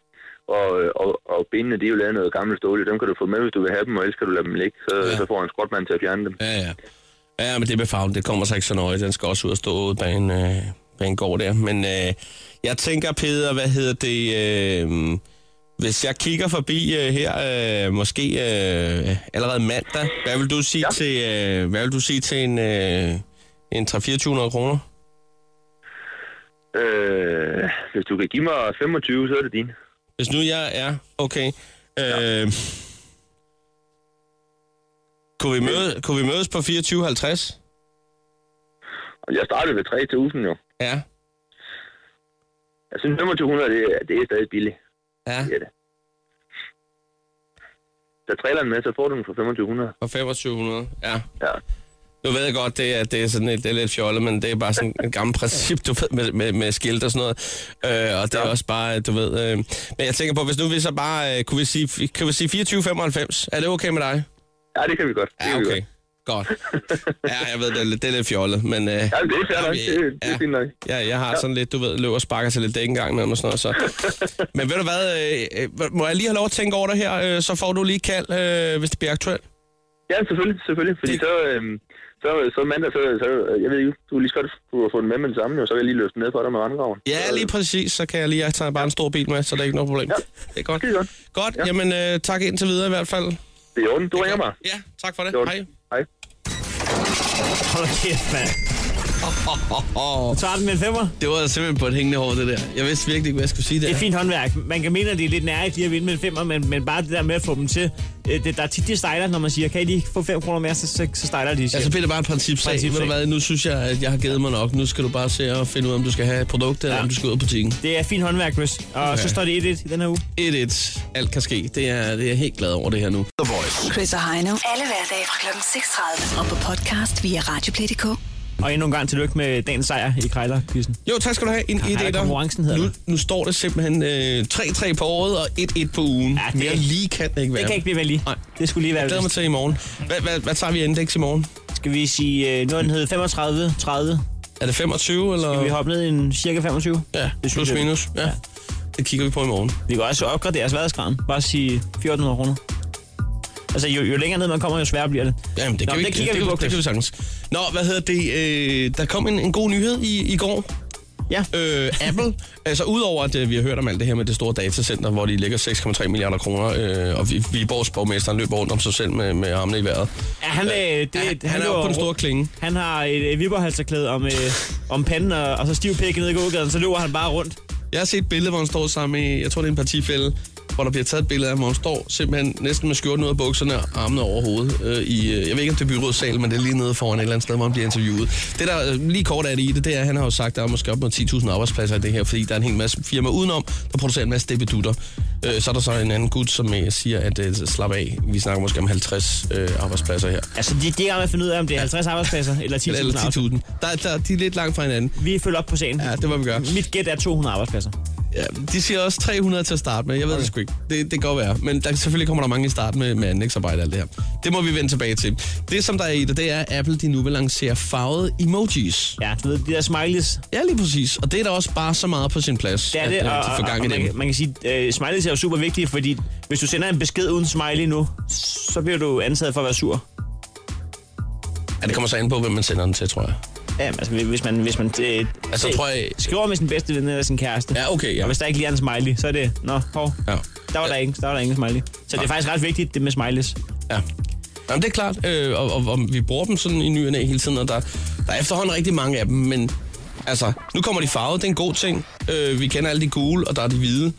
Speaker 6: Og, øh, og, og benene, de er jo lavet af noget gammelt stål. i. Dem kan du få med, hvis du vil have dem, og ellers kan du lade dem ligge. Så,
Speaker 3: Ja.
Speaker 6: ja. så får en skrotmand til at fjerne dem.
Speaker 3: Ja, ja. Ja, men det med farven, det kommer sig ikke så nøje. Den skal også ud og stå ude bag en, øh, bag en gård der. Men øh, jeg tænker, Peder, hvad hedder det... Øh, hvis jeg kigger forbi øh, her, øh, måske øh, allerede mandag, hvad vil du sige, ja. til, øh, hvad vil du sige til en, øh, en 3-400 kroner?
Speaker 6: Øh, hvis du kan give mig 25, så er det din.
Speaker 3: Hvis nu jeg er, okay. Øh, kunne, vi møde, kunne vi mødes på 24.50?
Speaker 6: Og Jeg startede ved 3.000 jo.
Speaker 3: Ja.
Speaker 6: Jeg synes, 2500, det, er- det er stadig billigt.
Speaker 3: Ja,
Speaker 6: Det er det. Der traileren med, så får du den for 2500.
Speaker 3: på 2500. Ja.
Speaker 6: Ja.
Speaker 3: Nu ved jeg godt, det er, det er sådan et, det er lidt fjollet, men det er bare sådan et gammelt princip, du ved, med, med, med skilt og sådan noget. Øh, og det er
Speaker 6: Ja.
Speaker 3: også bare, du ved... Øh, men jeg tænker på, hvis nu vi så bare... Øh, kunne vi sige, kan vi sige 24,95? Er det okay med dig?
Speaker 6: Ja, det kan vi godt. Det
Speaker 3: Ja,
Speaker 6: kan vi
Speaker 3: okay. Godt. Ja, jeg ved, det er, lidt- det er lidt fjollet, men... Øh,
Speaker 6: Ja, det er fair nok.
Speaker 3: Ja,
Speaker 6: Det, det
Speaker 3: ja.
Speaker 6: er fint nok.
Speaker 3: Ja, jeg har sådan lidt, du ved, løb og sparker til lidt dæk en gang imellem og sådan noget. Så. Men ved du hvad, øh, øh, må jeg lige have lov at tænke over det her, øh, så får du lige kald, øh, hvis det bliver aktuelt.
Speaker 6: Ja, selvfølgelig, selvfølgelig. Fordi
Speaker 3: Det-
Speaker 6: så, øhm, så, så mandag, så, så, øh, jeg ved ikke, du er lige så godt kunne få den med med det samme, og så vil jeg lige løfte den ned for dig med Øh, vandgraven.
Speaker 3: Ja, lige præcis, så kan jeg lige, jeg tager bare en stor bil med, så der er ikke noget problem.
Speaker 6: Ja.
Speaker 3: Det er godt.
Speaker 6: Det er godt.
Speaker 3: Godt,
Speaker 6: Ja.
Speaker 3: jamen øh, tak indtil videre i hvert fald.
Speaker 6: Det er i orden. Du ringer mig.
Speaker 3: Ja, tak for det.
Speaker 6: Det er i orden.
Speaker 3: Hej.
Speaker 6: Hej.
Speaker 5: Hold da kæft, mand. Du tager den med en femmer.
Speaker 3: Det var simpelthen på et hængende hår, det der. Jeg vidste virkelig ikke, hvad jeg skulle sige der.
Speaker 5: Det er fint håndværk. Man kan mene, at det er lidt nærigt lige at vinde med en femmer, men, men bare det der med at få dem til. øh, Det, der er tit, de stejler, når man siger, kan I lige få 5 kroner mere, så, så, så stejler de.
Speaker 3: Ja,
Speaker 5: siger.
Speaker 3: så bliver det bare en principsag.
Speaker 5: Principsag.
Speaker 3: Ved du hvad, nu synes jeg, at jeg har givet mig nok. Nu skal du bare se og finde ud af, om du skal have produktet, ja. eller
Speaker 5: Ja.
Speaker 3: om du skal ud af butikken.
Speaker 5: Det er fint håndværk, Chris. Og okay.
Speaker 3: Ja.
Speaker 5: så står det 1-1 i den her uge.
Speaker 3: 1-1. Alt kan ske. Det er, det er jeg helt glad over det her nu.
Speaker 7: The Voice.
Speaker 2: Chris og Heino. Alle hverdage fra kl. 6.30. Og på podcast via Radioplay.dk.
Speaker 5: Og endnu en gang tillykke med dagens sejr i Krejlerquizzen.
Speaker 3: Jo, tak skal du have. En
Speaker 5: Karate-
Speaker 3: 1
Speaker 5: konkurrencen hedder
Speaker 3: nu,
Speaker 5: det.
Speaker 3: nu står det simpelthen øh, 3-3 på året og 1-1 på ugen.
Speaker 5: Ja,
Speaker 3: Ja,
Speaker 5: det-
Speaker 3: det... Mere lige kan det ikke være.
Speaker 5: Det kan ikke blive vel lige.
Speaker 3: Nej.
Speaker 5: Det skulle lige være.
Speaker 3: Jeg glæder mig til i morgen. Hvad, hvad, hvad tager vi af indeks i morgen?
Speaker 5: Skal vi sige, øh, nu er den hed 35, 30.
Speaker 3: Er det 25, eller?
Speaker 5: Skal vi hoppe ned i en cirka 25?
Speaker 3: Ja,
Speaker 5: det synes
Speaker 3: plus
Speaker 5: jeg.
Speaker 3: minus. Ja. Det kigger vi på i morgen.
Speaker 5: Vi kan også opgradere sværdesgraden. Bare sige 1400 kroner. Altså, jo, jo længere ned man kommer, jo sværere bliver det.
Speaker 3: Jamen, det
Speaker 5: Nå,
Speaker 3: kan, vi,
Speaker 5: men det kigger
Speaker 3: det,
Speaker 5: vi på,
Speaker 3: det, det kan vi sagtens. Nå, hvad hedder det? Øh, der kom en, en god nyhed i, i går.
Speaker 5: Ja.
Speaker 3: Øh, Apple, altså udover at øh, vi har hørt om alt det her med det store datacenter, hvor de lægger 6,3 milliarder kroner, øh, og Vi- Viborgs borgmesteren løber rundt om sig selv med, med armene i vejret.
Speaker 5: Ja, han, øh, det,
Speaker 3: han, han er
Speaker 5: løber
Speaker 3: jo på den
Speaker 5: rundt-
Speaker 3: store klinge.
Speaker 5: Han har et øh, viborhalserklæde om, øh, om panden, og, og så stiv pik ned i gågaden, så løber han bare rundt.
Speaker 3: Jeg har set et billede, hvor han står sammen med, jeg tror det er en partifælde, hvor der bliver taget et billede af ham, hvor han står simpelthen næsten med skjorten ud af bukserne og armene over hovedet. Øh, i, øh, jeg ved ikke, om det er byrådssalen, men det er lige nede foran et eller andet sted, hvor han bliver interviewet. Det, der øh, lige kort er det i det, det er, at han har jo sagt, at der er måske op mod 10.000 arbejdspladser i det her, fordi der er en hel masse firmaer udenom, der producerer en masse dippedutter. Øh, så er der så en anden gut, som øh, siger, at øh, slap af, vi snakker måske om 50 øh, arbejdspladser her.
Speaker 5: Altså, de, de er i gang med at finde ud af, om det er 50 arbejdspladser eller 10.000
Speaker 3: Eller
Speaker 5: arbejdspladser.
Speaker 3: 10.000. Der, er- der, de er lidt langt fra hinanden.
Speaker 5: Vi følger op på sagen.
Speaker 3: Ja, det må vi gøre.
Speaker 5: Mit gæt er 200 arbejdspladser.
Speaker 3: Ja, de siger også 300 til at starte med. Jeg ved okay. det sgu ikke. Det, det kan godt være. Men der, selvfølgelig kommer der mange i starten med, med anlægsarbejde og alt det her. Det må vi vende tilbage til. Det, som der er i det, det er, at Apple de nu vil lancere farvede emojis.
Speaker 5: Ja, du ved, de der smileys,
Speaker 3: Ja, lige præcis. Og det er da også bare så meget på sin plads,
Speaker 5: det er
Speaker 3: at,
Speaker 5: det,
Speaker 3: øh,
Speaker 5: og,
Speaker 3: de
Speaker 5: og,
Speaker 3: får gang i
Speaker 5: og man,
Speaker 3: det.
Speaker 5: kan- man kan sige, uh, smileys er jo super vigtige, fordi hvis du sender en besked uden smiley nu, så bliver du antaget for at være sur.
Speaker 3: Ja, det kommer så an på, hvem man sender den til, tror jeg.
Speaker 5: Ja, altså hvis man, hvis man øh,
Speaker 3: Altså, tror jeg-
Speaker 5: skriver med sin bedste ven eller sin kæreste,
Speaker 3: Ja, okay, ja.
Speaker 5: og hvis der ikke lige er en smiley, så er det, nå, hov,
Speaker 3: Ja.
Speaker 5: der var der, ingen, der var der ingen smiley. Så det er faktisk ret vigtigt, det med smileys.
Speaker 3: Ja. Jamen, det er klart, øh, og, og, og, vi bruger dem sådan i ny og næ hele tiden, og der, der er efterhånden rigtig mange af dem, men altså, nu kommer de farvede, det er en god ting. Øh, vi kender alle de gule, og der er de hvide.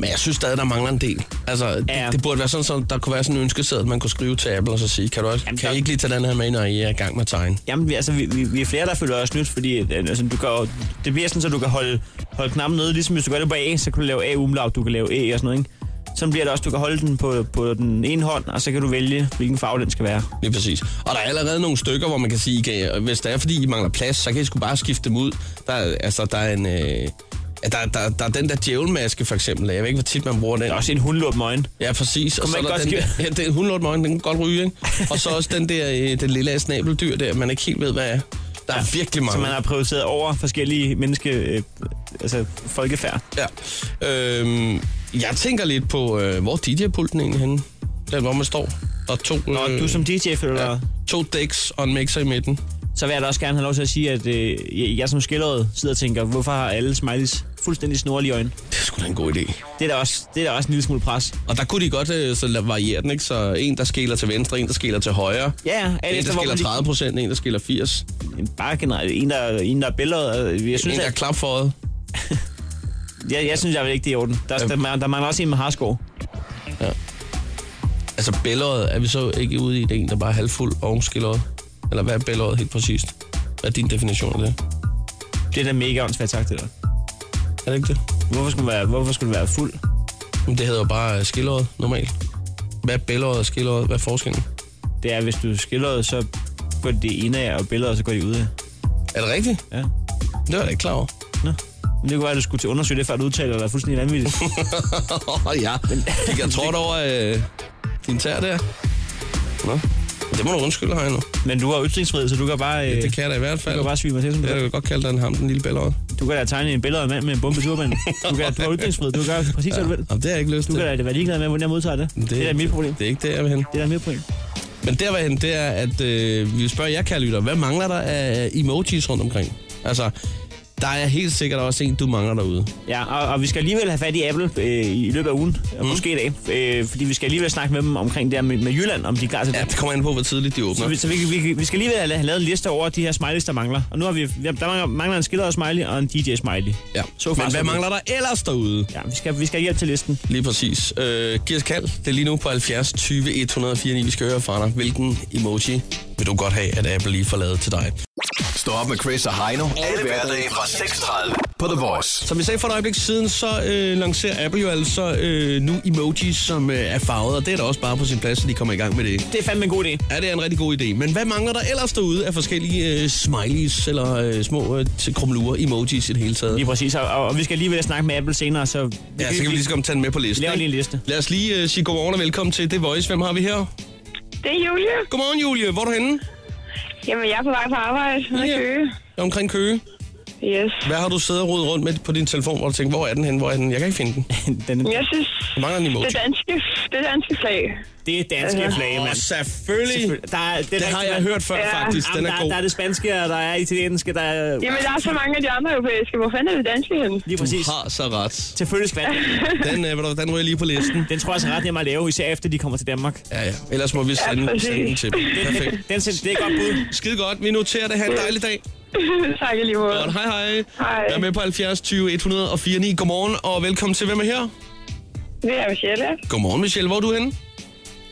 Speaker 3: Men jeg synes stadig, der mangler en del. Altså, det,
Speaker 4: Ja.
Speaker 3: ja. det burde være sådan, så der kunne være sådan en ønskeseddel, man kunne skrive til Apple og så sige, kan du også,
Speaker 4: Jamen,
Speaker 3: kan
Speaker 4: der-
Speaker 3: I ikke lige tage den her med, når I er i gang med at tegne?
Speaker 4: Jamen, vi, altså, vi, vi, vi er flere, der føler os nyt, fordi øh, altså, du kan, jo- det bliver sådan, så du kan holde, holde knappen nede. Ligesom hvis du gør det på A, så kan du lave A umlaut, du kan lave E og sådan noget, ikke? Sådan bliver det også, du kan holde den på, på den ene hånd, og så kan du vælge, hvilken farve den skal være.
Speaker 3: Lige præcis. Og der er allerede nogle stykker, hvor man kan sige, I kan, hvis det er, fordi I mangler plads, så kan I sgu bare skifte dem ud. Der, er- altså, der er en... Øh, ja, der, der, der, er den der djævelmaske, for eksempel. Jeg ved ikke, hvor tit man bruger den.
Speaker 4: Der er også en hundlup øjne.
Speaker 3: Ja, præcis. Og
Speaker 4: Kunne
Speaker 3: så
Speaker 4: man
Speaker 3: er der den,
Speaker 4: ikke godt
Speaker 3: der, ja, den hundlortmøgen, den kan godt ryge, ikke? Og så også den der, øh, den lille af snabeldyr der, man ikke helt ved, hvad er. Der er virkelig mange.
Speaker 4: Så man har prioriteret over forskellige menneske, øh, altså folkefærd.
Speaker 3: Ja. Øhm, jeg tænker lidt på, øh, hvor DJ-pulten egentlig henne? Den, hvor man står. Der er to,
Speaker 4: Og
Speaker 3: øh,
Speaker 4: du som DJ føler
Speaker 3: ja,
Speaker 4: ja.
Speaker 3: to decks og en mixer i midten.
Speaker 4: så vil jeg da også gerne have lov til at sige, at øh, jeg, jeg som skilleret sidder og tænker, hvorfor har alle smileys fuldstændig snorlige øjne?
Speaker 3: Det er sgu da en god idé.
Speaker 4: Det er da også, det er da også en lille smule pres.
Speaker 3: Og der kunne de godt øh, så la- variere den, ikke? Så en, der skiller til venstre, en, der skiller til højre.
Speaker 4: Ja, ja, alt
Speaker 3: en, der
Speaker 4: efter hvor
Speaker 3: skiller
Speaker 4: man
Speaker 3: 30 procent, en, der skiller 80.
Speaker 4: lige, bare generelt, en der, en der er billeder. øh, Jeg
Speaker 3: en,
Speaker 4: synes,
Speaker 3: der er
Speaker 4: at,
Speaker 3: klapføjet.
Speaker 4: jeg, jeg, synes, jeg vil ikke det er i orden. Der, er- der, man- der mangler også en med harsko.
Speaker 3: Altså bælåret, er vi så ikke ude i det en, der bare er halvfuld ovenskilleret? Eller hvad er bælåret helt præcist? Hvad er din definition af det?
Speaker 4: Det er da mega åndssvagt sagt, det der.
Speaker 3: Er det ikke det?
Speaker 4: Hvorfor skulle, man være, hvorfor skulle det være fuld?
Speaker 3: Jamen, det hedder jo bare øh, skilleret normalt. Hvad er bælåret og skilleret? Hvad er forskellen?
Speaker 4: Det er, hvis du skiller, så går det ene af, og billeder, så går de ud af.
Speaker 3: Er det rigtigt?
Speaker 4: Ja.
Speaker 3: Det var jeg da ikke klar over.
Speaker 4: Nå. Men det kunne være, at du skulle til at undersøge det, før du udtaler dig fuldstændig vanvittigt.
Speaker 3: Åh, oh, ja. Fik jeg trådt over øh, din tær der? Nå. Det må du undskylde, Heino.
Speaker 4: Men du har ytringsfrihed, så du kan bare, øh,
Speaker 3: Det kan jeg da i hvert
Speaker 4: du
Speaker 3: fald.
Speaker 4: kan bare syge mig til, som du
Speaker 3: Jeg
Speaker 4: vil.
Speaker 3: kan godt kalde den ham, den lille bælåret.
Speaker 4: Du kan da tegne en billede af en mand med en bombe i turbanen. Du kan du har ytringsfrihed, du kan gøre præcis, hvad du vil.
Speaker 3: Jamen, det har jeg ikke lyst
Speaker 4: Du
Speaker 3: til.
Speaker 4: kan da være ligeglad med, hvordan jeg modtager det. Det, er da mit problem.
Speaker 3: Det er ikke det, jeg vil hen.
Speaker 4: Det er da mit problem.
Speaker 3: Men der var hen, det er, at øh, vi spørger jer, kære lytter, hvad mangler der af emojis rundt omkring? Altså, der er helt sikkert også en, du mangler derude.
Speaker 4: Ja, og, og vi skal alligevel have fat i Apple øh, i løbet af ugen, mm. måske i dag, øh, fordi vi skal alligevel snakke med dem omkring det her med, med Jylland, om de er klar til det.
Speaker 3: Ja, det kommer an på, hvor tidligt de
Speaker 4: Så,
Speaker 3: åbner.
Speaker 4: vi, så vi, vi, vi skal alligevel have lavet en liste over de her smileys, der mangler. Og nu har vi, ja, der mangler, mangler en skildret smiley og en DJ-smiley.
Speaker 3: Ja.
Speaker 4: Så far,
Speaker 3: Men
Speaker 4: så
Speaker 3: hvad
Speaker 4: godt.
Speaker 3: mangler der ellers derude?
Speaker 4: Ja, vi skal, vi skal hjælpe til listen.
Speaker 3: Lige præcis. Øh, giv os kald. Det er lige nu på 70 20 149. Vi skal høre fra dig. Hvilken emoji vil du godt have, at Apple lige får lavet til dig?
Speaker 8: Stå op med Chris og Heino. Alle hverdage fra 6.30 på The Voice.
Speaker 3: Som vi sagde for et øjeblik siden, så øh, lancerer Apple jo altså øh, nu emojis, som øh, er farvet, og det er da også bare på sin plads, at de kommer i gang med det.
Speaker 4: Det er fandme en god idé.
Speaker 3: Ja, det er en rigtig god idé. Men hvad mangler der ellers derude af forskellige øh, smileys eller øh, små øh, t- krumlure, emojis i det hele taget?
Speaker 4: Lige præcis, og, og, og vi skal alligevel snakke med Apple senere, så... Vi
Speaker 3: Ja, så kan vi lige så godt tage den med på listen.
Speaker 4: Laver lige en
Speaker 3: ikke?
Speaker 4: liste.
Speaker 3: Lad os lige øh, sige godmorgen og velkommen til The Voice. Hvem har vi her?
Speaker 5: Det er Julie.
Speaker 3: Godmorgen, Julie. Hvor er du henne?
Speaker 5: Jamen, jeg er på vej på arbejde. Med
Speaker 3: Ja.
Speaker 5: ja. Køge.
Speaker 3: Jeg er omkring Køge.
Speaker 5: Yes.
Speaker 3: Hvad har du siddet og rodet rundt med på din telefon, hvor du tænker, hvor er den henne, hvor er den? Jeg kan ikke finde den.
Speaker 4: Den,
Speaker 5: Men Jeg synes,
Speaker 3: Der mangler en emoji.
Speaker 5: det danske, det danske flag.
Speaker 4: det er danske flage,
Speaker 3: Åh,
Speaker 4: mand.
Speaker 3: selvfølgelig.
Speaker 4: Selvfølgelig. Der er, det, er
Speaker 3: Det har
Speaker 4: rigtigt,
Speaker 3: jeg
Speaker 4: mand.
Speaker 3: hørt før,
Speaker 5: Ja.
Speaker 3: faktisk. Den
Speaker 4: Jamen,
Speaker 3: er
Speaker 4: der,
Speaker 3: god.
Speaker 4: der er det spanske, og der er italienske, der er...
Speaker 5: Jamen, der er så mange af de andre europæiske. Hvor fanden er det danske henne?
Speaker 4: Lige præcis.
Speaker 3: Du har så ret.
Speaker 4: Selvfølgelig skal
Speaker 3: Den, øh, ved du hvad, den ryger lige på listen.
Speaker 4: Den tror jeg så ret nemmere at lave, især efter de kommer til Danmark.
Speaker 3: Ja, ja. Ellers må vi sende,
Speaker 5: præcis.
Speaker 3: sende den til dem. Perfekt.
Speaker 4: Den selv, det er et godt bud.
Speaker 3: Skide godt. Vi noterer det. Ha' en dejlig dag.
Speaker 5: tak i lige måde.
Speaker 3: Godt, hej hej.
Speaker 5: Hej.
Speaker 3: Jeg er med på 70 20 104 9. Godmorgen og velkommen til. Hvem er her?
Speaker 5: Det er Michelle.
Speaker 3: Godmorgen Michelle, hvor er du henne?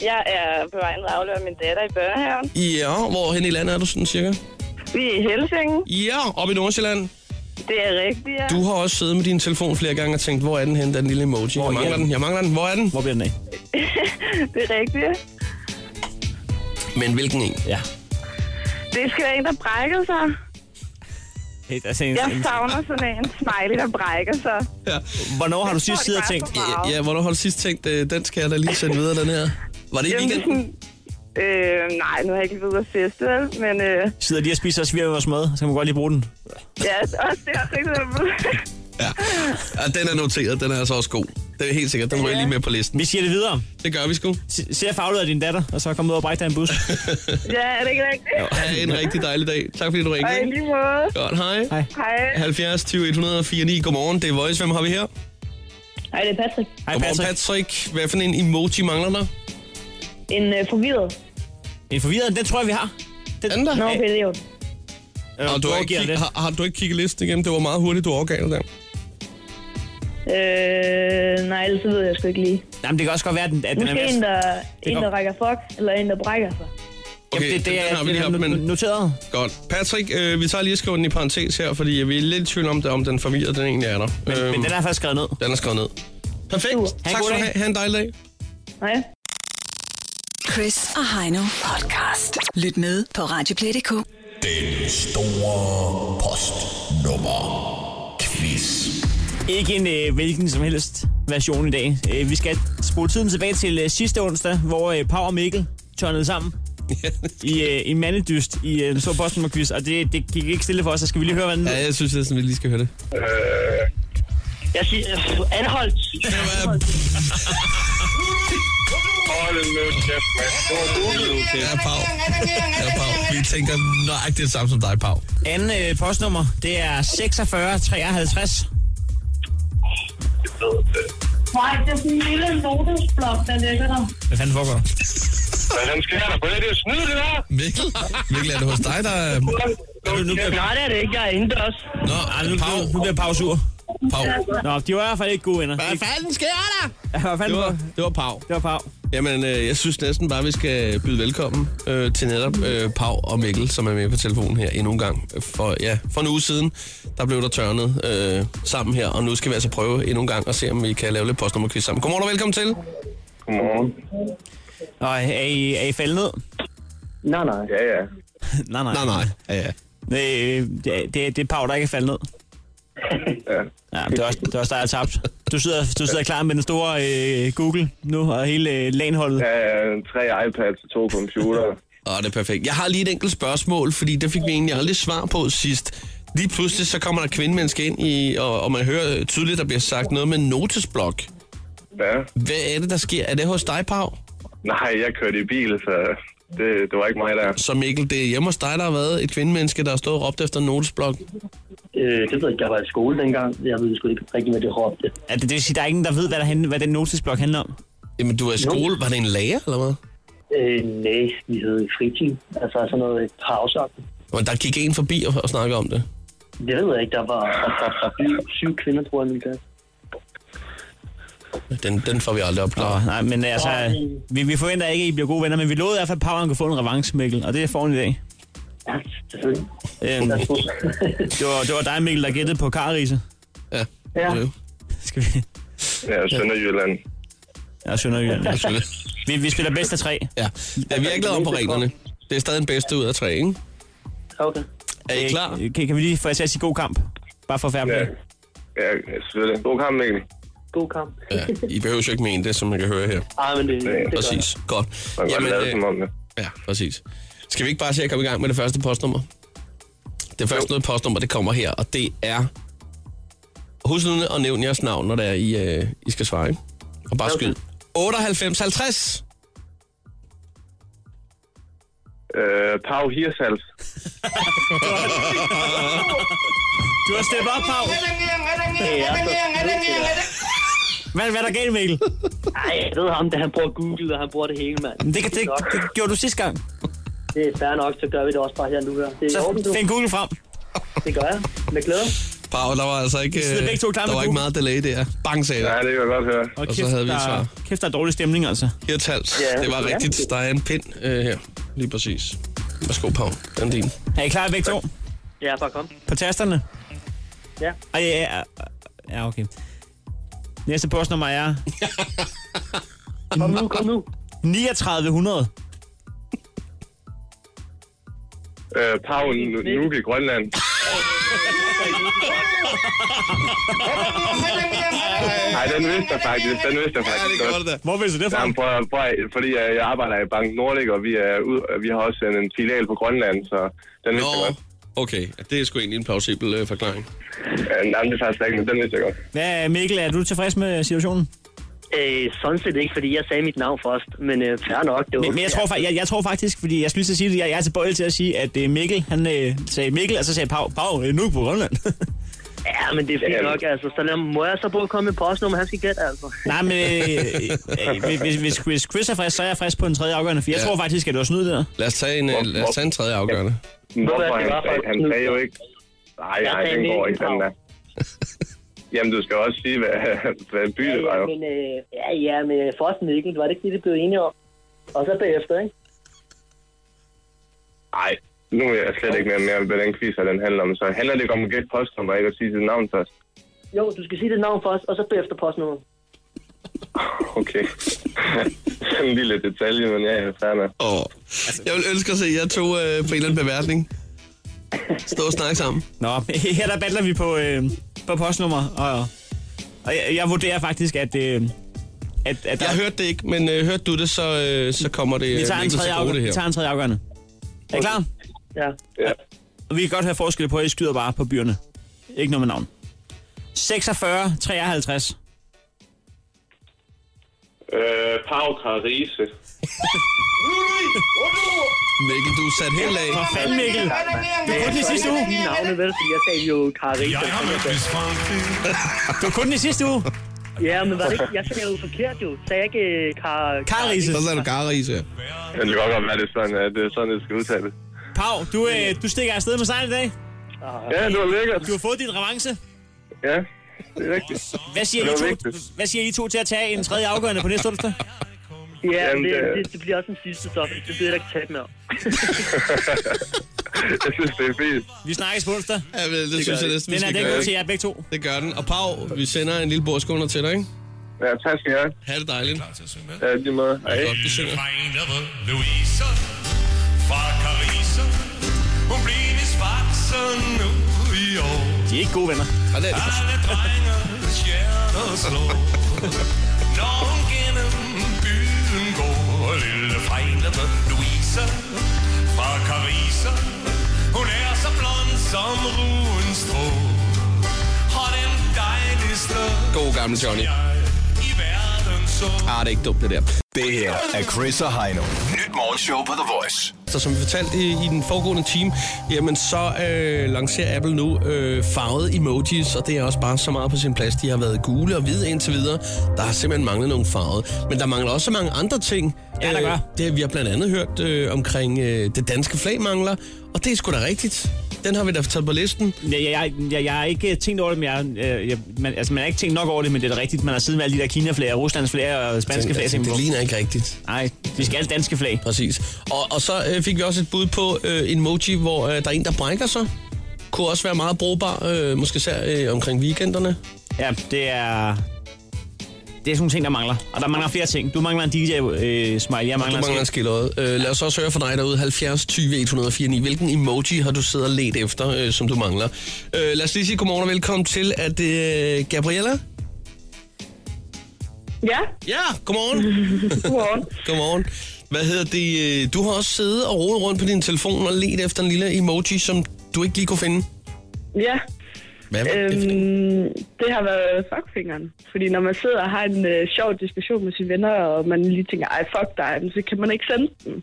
Speaker 5: Jeg er på vej ned og afleverer min datter i børnehaven.
Speaker 3: Ja, hvor hen i landet er du sådan cirka?
Speaker 5: Vi er i Helsingen.
Speaker 3: Ja, oppe i Nordsjælland.
Speaker 5: Det er rigtigt, ja.
Speaker 3: Du har også siddet med din telefon flere gange og tænkt, hvor er den henne, den lille emoji? Hvor jeg mangler
Speaker 4: er
Speaker 3: den,
Speaker 4: den?
Speaker 3: jeg mangler den, hvor er den?
Speaker 4: Hvor bliver den af?
Speaker 5: Det er rigtigt.
Speaker 3: Men hvilken en?
Speaker 4: Ja.
Speaker 5: Det skal være en, der brækker sig.
Speaker 4: Helt, altså, en,
Speaker 5: Jeg
Speaker 4: Altså, en,
Speaker 5: savner sådan en smiley, der brækker sig.
Speaker 3: Ja,
Speaker 4: hvornår har du sidst
Speaker 5: Tror,
Speaker 4: siddet og
Speaker 5: det er
Speaker 4: tænkt,
Speaker 5: for meget.
Speaker 3: ja hvornår har du sidst tænkt, øh, den skal jeg da lige sende videre, den her? Var det i
Speaker 5: Jamen, det er
Speaker 3: weekenden?
Speaker 5: sådan, øh, nej, nu har jeg ikke været ude at feste, vel? Men øh,
Speaker 4: sidder lige og spiser og sviger vores mad, så kan man godt lige bruge den?
Speaker 5: ja, også det er for eksempel.
Speaker 3: Ja. ja, den er noteret, den er altså også god. Det er helt sikkert, den ryger lige med på listen.
Speaker 4: Vi siger det videre.
Speaker 3: Det gør vi sgu.
Speaker 4: S- Ser faglet af din datter, og så kom ud og brække dig en bus.
Speaker 5: Ja, er det ikke rigtigt?
Speaker 3: Ha' en rigtig dejlig dag. Tak fordi du
Speaker 5: Og i
Speaker 3: ringede.
Speaker 5: lige måde.
Speaker 3: Godt, hej.
Speaker 4: Hej.
Speaker 5: Hej.
Speaker 3: 70 20 104 9. Godmorgen, det er Voice. Hvem har vi her?
Speaker 5: Hej, det er Patrick.
Speaker 4: Hej
Speaker 3: Godmorgen,
Speaker 4: Patrick.
Speaker 3: Patrick. Hvad for en emoji mangler der?
Speaker 9: En øh, forvirret.
Speaker 4: En forvirret, den tror jeg, vi har. Den,
Speaker 3: Er den der?
Speaker 9: Nå,
Speaker 4: Øh,
Speaker 9: Pelle, jo.
Speaker 4: øh,
Speaker 3: Har du,
Speaker 4: overgiver
Speaker 3: ikke, kig,
Speaker 4: den.
Speaker 3: har, har du ikke kigget listen igennem? Det var meget hurtigt, du overgav det der.
Speaker 9: Øh, nej, ellers så ved jeg sgu ikke lige.
Speaker 4: Jamen, det kan også godt være, at den, at den er
Speaker 9: Måske
Speaker 4: værst.
Speaker 9: en, der, en,
Speaker 4: kom-
Speaker 9: der rækker fuck, eller en, der brækker sig.
Speaker 3: Okay,
Speaker 4: Jamen, det, det,
Speaker 3: den
Speaker 4: er,
Speaker 3: har vi
Speaker 4: det
Speaker 3: lige haft,
Speaker 4: er
Speaker 3: men-
Speaker 4: no- noteret.
Speaker 3: Godt. Patrick, øh, vi tager lige og skriver den i parentes her, fordi vi er lidt i tvivl om, det, om den forvirrede, den egentlig er der.
Speaker 4: Men,
Speaker 3: Øhm,
Speaker 4: men den er faktisk skrevet ned.
Speaker 3: den er skrevet ned. Perfekt.
Speaker 9: Super.
Speaker 4: en
Speaker 3: Tak
Speaker 4: god
Speaker 3: skal du
Speaker 4: dag.
Speaker 3: have. Ha' en dejlig dag.
Speaker 9: Nej?
Speaker 2: Chris og Heino podcast. Lyt med på Radioplay.dk.
Speaker 7: Den store postnummer quiz.
Speaker 4: Ikke en øh, hvilken som helst version i dag. Øh, vi skal spole tiden tilbage til øh, sidste onsdag, hvor øh, Pau og Mikkel tørnede sammen i øh, en mandedyst i øh, en stor postnummerquiz, og det, det gik ikke stille for os, så skal vi lige høre, hvad den
Speaker 3: Ja, jeg synes næsten, vi lige skal høre det.
Speaker 10: Øh, Jeg siger øh, Anholdt.
Speaker 6: Hold nu kæft, mand. Det var guldet.
Speaker 3: Ja, Pau. Ja, Pau. Vi tænker nøjagtigt det samme som dig, Pau.
Speaker 4: anden øh, postnummer. Det er 4653.
Speaker 10: Nej, det er sådan en lille notesblok, der ligger der.
Speaker 4: Hvad fanden foregår der?
Speaker 6: Hvad han sker der på det? Det er snyd, det der.
Speaker 3: Mikkel, Mikkel er det hos dig, der... øh,
Speaker 4: Nu, nu, bliver,
Speaker 10: Nej, det er det ikke. Jeg er indendørs.
Speaker 3: Nå,
Speaker 4: nu,
Speaker 3: Pau,
Speaker 4: nu, nu bliver Pau sur.
Speaker 3: Pau.
Speaker 4: Nå, de var i hvert fald ikke gode venner.
Speaker 3: Hvad
Speaker 4: Ikke-
Speaker 3: fanden sker der?
Speaker 4: Hvad fanden
Speaker 3: Det var,
Speaker 4: var
Speaker 3: det var Pau.
Speaker 4: det? var Pau.
Speaker 3: Jamen, øh, jeg synes næsten bare, vi skal byde velkommen øh, til netop øh, Pau og Mikkel, som er med på telefonen her endnu en gang. For, ja, for en uge siden, der blev der tørnet øh, sammen her, og nu skal vi altså prøve endnu en gang og se, om vi kan lave lidt postnummerquiz sammen. Godmorgen og velkommen til.
Speaker 6: Godmorgen.
Speaker 4: Og er I, er I faldet ned?
Speaker 10: Nej, nej.
Speaker 6: Ja, ja.
Speaker 4: nej, nej.
Speaker 3: Nej, nej. Ja, ja.
Speaker 4: Øh, det, er- det, er- det er Pau, der ikke er faldet ned.
Speaker 6: Ja.
Speaker 4: Ja, men det er også, det er også dig, der er tabt. Du sidder, du sidder klar med den store øh, Google nu, og hele øh, lanholdet.
Speaker 6: Ja, ja, tre iPads og to computere.
Speaker 3: Åh, det er perfekt. Jeg har lige et enkelt spørgsmål, fordi det fik vi egentlig aldrig svar på sidst. Lige pludselig så kommer der kvindemenneske ind i, og, og man hører tydeligt, der bliver sagt noget med notesblok.
Speaker 6: Ja.
Speaker 3: Hvad er det, der sker? Er det hos dig, Pau?
Speaker 6: Nej, jeg kørte i bil, så det, det var ikke mig der.
Speaker 3: Så Mikkel, det er hjemme hos dig, der har været et kvindemenneske, der har stået og råbt efter en notesblok.
Speaker 10: Øh, det ved jeg ikke. Jeg var i skole dengang. Jeg ved sgu ikke rigtig, hvad det råbte.
Speaker 4: Er Altså, det, det vil sige, der er ingen, der ved, hvad, der handler, hvad den notesblok handler om?
Speaker 3: Jamen, du er i skole. Var det en lærer, eller hvad?
Speaker 10: Øh, nej, vi havde fritid. Altså sådan noget pausagtigt.
Speaker 3: Men der gik en forbi og, og snakkede om det.
Speaker 10: Det ved jeg ikke. Der var, der var syv, syv kvinder, tror jeg, i min klasse.
Speaker 3: Den, den får vi aldrig opklaret.
Speaker 4: Nå, nej, men altså, vi, vi forventer ikke, at I bliver gode venner, men vi lovede i hvert fald, at Pau han kunne få en revanche, Mikkel, og det får han i dag.
Speaker 10: Ja, selvfølgelig.
Speaker 4: Øhm,
Speaker 10: Lad os gå.
Speaker 4: det, var, det var dig, Mikkel, der gættede på karrise.
Speaker 3: Ja.
Speaker 10: ja.
Speaker 3: Det er jo-
Speaker 4: Skal vi?
Speaker 6: Ja, Sønderjylland.
Speaker 4: Ja, Sønderjylland.
Speaker 3: det er jo-
Speaker 4: Vi, vi spiller bedst af tre.
Speaker 3: Ja. ja, vi er ikke lavet om på reglerne. Det er stadig den bedste ud af tre, ikke?
Speaker 10: Okay.
Speaker 3: Er I klar?
Speaker 4: Øh, Kan, kan vi lige få jer til at sige god kamp? Bare for færre
Speaker 6: Ja.
Speaker 4: ja.
Speaker 6: Ja, selvfølgelig. God kamp, Mikkel.
Speaker 10: God kamp.
Speaker 3: Ja. I behøver jo ikke mene det, som man kan høre her.
Speaker 10: Ej, men det, det, gør jeg.
Speaker 3: Præcis. Godt.
Speaker 6: Man kan godt lade
Speaker 3: øh,
Speaker 6: som om det.
Speaker 3: Ja, præcis. Skal vi ikke bare se at komme i gang med det første postnummer? Det første noget postnummer, det kommer her, og det er... Husk nu at nævne jeres navn, når det er, I, øh, I skal svare, ikke? Og bare skyd. 98 50.
Speaker 6: Øh, Pau Hirshals.
Speaker 4: Du har steppet op, Pau.
Speaker 10: Det er så fedt,
Speaker 4: Hvad, hvad er der galt, Mikkel?
Speaker 10: Ej, jeg ved ham, da han bruger Google, og han bruger det hele, mand.
Speaker 4: Det, kan, det, det gjorde du sidste gang.
Speaker 10: Det er fair nok, så gør vi det også bare her nu. Her. Det er
Speaker 4: Så
Speaker 10: i orden, du.
Speaker 4: find Google frem.
Speaker 10: Det gør jeg. Med glæde.
Speaker 3: Pau, der var altså ikke,
Speaker 4: sidder begge to klar
Speaker 3: der
Speaker 4: med
Speaker 3: var ikke
Speaker 4: Google.
Speaker 3: meget delay der. Bang, sagde
Speaker 6: Nej,
Speaker 3: der.
Speaker 6: det kan jeg godt høre.
Speaker 4: Og,
Speaker 3: så havde vi et
Speaker 4: der,
Speaker 3: svar.
Speaker 4: kæft, der er dårlig stemning, altså.
Speaker 3: Hirtals.
Speaker 10: Ja,
Speaker 3: det var
Speaker 10: ja.
Speaker 3: rigtigt. Der er en pind øh, her. Lige præcis. Værsgo, Pau. Den er din.
Speaker 4: Er I klar begge to?
Speaker 10: Ja, bare kom.
Speaker 4: På tasterne?
Speaker 10: Ja.
Speaker 4: Og ja, ja, ja, okay. Næste postnummer er
Speaker 10: Kom nu, kom nu.
Speaker 4: 3900.
Speaker 6: Øh, Pau Nuki Grønland. Nej, den vidste jeg faktisk. Den vidste jeg faktisk godt.
Speaker 3: da.
Speaker 4: Hvor vil du det fra?
Speaker 6: Jamen, prøv, at- prøv, at- fordi jeg, jeg arbejder i Bank Nordic, og vi, er ud, vi har også en, en filial på Grønland, så den vidste jeg
Speaker 3: Nå,
Speaker 6: godt.
Speaker 3: okay. Det er sgu egentlig en plausibel øh, forklaring.
Speaker 6: Ja, nej, men det er faktisk ikke, men den vidste jeg godt.
Speaker 4: Hvad, Mikkel, er du tilfreds med situationen?
Speaker 10: Øh, sådan set ikke, fordi jeg sagde mit navn først, men øh, fair nok. Det var,
Speaker 4: Men, men jeg, tror, fa- jeg, jeg tror faktisk, fordi jeg skulle lige til at sige det, jeg, jeg er tilbøjelig til at sige, at øh, Mikkel, han øh, sagde Mikkel, og så sagde Pau, Pau, øh, nu er du på Grønland.
Speaker 10: Ja, men det er fint nok, altså. Så lad, må jeg så prøve at komme med postnummer, han skal gætte, altså.
Speaker 4: Nej, men øh, øh, hvis, hvis, hvis Chris er frisk, så er jeg frisk på en tredje afgørende. For jeg
Speaker 3: Ja.
Speaker 4: tror faktisk, at du har snydt der.
Speaker 3: Lad os tage en, øh, lad os tage en tredje afgørende.
Speaker 10: Hvorfor
Speaker 11: han,
Speaker 10: det var
Speaker 11: sagde,
Speaker 10: faktisk
Speaker 11: han
Speaker 10: nu.
Speaker 11: sagde jo ikke... Nej,
Speaker 10: Jeg
Speaker 11: nej,
Speaker 10: sagde
Speaker 11: den går
Speaker 10: Mikkel
Speaker 11: ikke, den
Speaker 10: Paul.
Speaker 11: der. Jamen, du skal også sige, hvad, hvad by
Speaker 10: Ja,
Speaker 11: det var
Speaker 10: ja,
Speaker 11: jo.
Speaker 10: men, øh, ja, ja, men øh, Frosten Mikkel, var det ikke det, de blev enige om? Og så bagefter, ikke?
Speaker 11: Nej, nu er jeg slet ikke mere med, hvad den quiz her, den handler om. Så handler det ikke om at gætte postnummer, ikke at sige sit navn først?
Speaker 10: Jo, du skal sige dit navn først, og så bagefter postnummer.
Speaker 11: Okay. Sådan en lille detalje, men ja, jeg er færdig med.
Speaker 3: Åh, jeg vil ønske at se jer to øh, på en eller anden beværtning. Stå og snakke sammen.
Speaker 4: Nå, her der battler vi på, øh, på postnummer, og, og jeg, jeg vurderer faktisk, at, øh, at, at der,
Speaker 3: Jeg hørte det ikke, men øh, hørte du det, så, øh, så kommer det
Speaker 4: vi, tager en
Speaker 3: Mikkel til
Speaker 4: tredje
Speaker 3: gode,
Speaker 4: afgørende,
Speaker 3: det
Speaker 4: vi
Speaker 3: her.
Speaker 4: tager en tredje afgørende. Er I klar?
Speaker 10: Ja.
Speaker 4: Og vi kan godt have forskel på, at I skyder bare på byerne. Ikke noget med navn. 46, 53.
Speaker 11: Øh, Pau Carise.
Speaker 3: Mikkel, du er sat helt af.
Speaker 4: For fanden, Mikkel! Du er kun den i sidste uge.
Speaker 10: Navne øh, vel, fordi jeg sagde jo Karita.
Speaker 4: Du er kun den i sidste uge.
Speaker 10: Ja, men var det ikke? Jeg sagde jo forkert jo. Sagde jeg ikke øh, Kar...
Speaker 4: Karise.
Speaker 3: Så er du garis her.
Speaker 11: Det kan godt godt være, det er sådan, at det er sådan, det skal udtales.
Speaker 4: Pau, du, øh, du stikker afsted med sejren i dag.
Speaker 11: Ja, det var lækkert.
Speaker 4: Du har fået dit revanche.
Speaker 11: Ja, det er rigtigt.
Speaker 4: Hvad siger,
Speaker 11: Det var
Speaker 4: I to,
Speaker 11: vigtigt.
Speaker 4: hvad siger I to til at tage en tredje afgørende på næste onsdag?
Speaker 10: Ja,
Speaker 11: Jamen,
Speaker 10: det,
Speaker 11: det-
Speaker 10: det, det, bliver også en sidste stop. Det bliver jeg ikke talt med om.
Speaker 11: Jeg synes, det er fint.
Speaker 4: Vi snakkes på onsdag.
Speaker 3: Ja, vel, det, det synes jeg næsten, vi
Speaker 4: Den er
Speaker 3: skal
Speaker 4: den
Speaker 3: gøre.
Speaker 4: til jer begge to.
Speaker 3: Det gør den. Og Pau, vi sender en lille bordskunder til dig, ikke?
Speaker 11: Ja, tak skal jeg have.
Speaker 3: Ha' det dejligt.
Speaker 11: Ja, lige måde. Hej.
Speaker 3: Godt, du synger.
Speaker 8: Louise fra Carissa. Hun blev i svart, så nu i år.
Speaker 4: De er ikke gode venner.
Speaker 3: Og det er det.
Speaker 8: Alle drengens hjerter slår. Når hun gennem byen går, lille fregnede Louise fra Carissa. Hun er så blond som ruens strå. Og den dejligste,
Speaker 3: God gammel Johnny.
Speaker 8: jeg i verden så.
Speaker 3: Ah, det er ikke dumt, det der.
Speaker 12: Det her er Chris og Heino. Nyt morgenshow på The Voice.
Speaker 3: Så som vi fortalte i, i den foregående time, jamen så øh, lancerer Apple nu øh, farvede emojis, og det er også bare så meget på sin plads. De har været gule og hvide indtil videre. Der har simpelthen manglet nogle farvede. Men der mangler også så mange andre ting. Øh,
Speaker 4: Ja, der gør.
Speaker 3: det, vi har blandt andet hørt øh, omkring øh, det danske flag mangler, og det er sgu da rigtigt. Den har vi da taget på listen.
Speaker 4: Jeg, jeg, jeg, jeg har ikke øh, tænkt over det, men jeg, øh, jeg, man, altså, man har ikke tænkt nok over det, men det er da rigtigt. Man har siden med alle de der Kina-flager, Ruslands flager og spanske
Speaker 3: Men,
Speaker 4: flager.
Speaker 3: altså,
Speaker 4: tænkt,
Speaker 3: det
Speaker 4: hvor-
Speaker 3: ligner ikke rigtigt.
Speaker 4: Nej, vi skal have danske flag.
Speaker 3: Præcis. Og, og så øh, fik vi også et bud på øh, en emoji, hvor øh, der er en, der brækker sig. Kunne også være meget brugbar, øh, måske især øh, omkring weekenderne.
Speaker 4: Ja, det er... Det er sådan nogle ting, der mangler. Og der mangler flere ting. Du mangler en DJ-smile, jeg
Speaker 3: Du
Speaker 4: mangler,
Speaker 3: mangler en
Speaker 4: en
Speaker 3: skildøjet. Øh, lad os også høre fra dig derude, 70 20 104 9. Hvilken emoji har du siddet og let efter, øh, som du mangler? Øh, lad os lige sige godmorgen og velkommen til, at øh, Gabriella?
Speaker 5: Ja,
Speaker 3: Ja, godmorgen.
Speaker 5: godmorgen.
Speaker 3: godmorgen. Hvad hedder det? øh, Du har også siddet og rodet rundt på din telefon og let efter en lille emoji, som du ikke lige kunne finde.
Speaker 5: ja,
Speaker 3: Hvad var det for en?
Speaker 5: øhm, det har været fuckfingeren. Fordi når man sidder og har en øh, sjov diskussion med sine venner, og man lige tænker, ej fuck dig, men så kan man ikke sende den.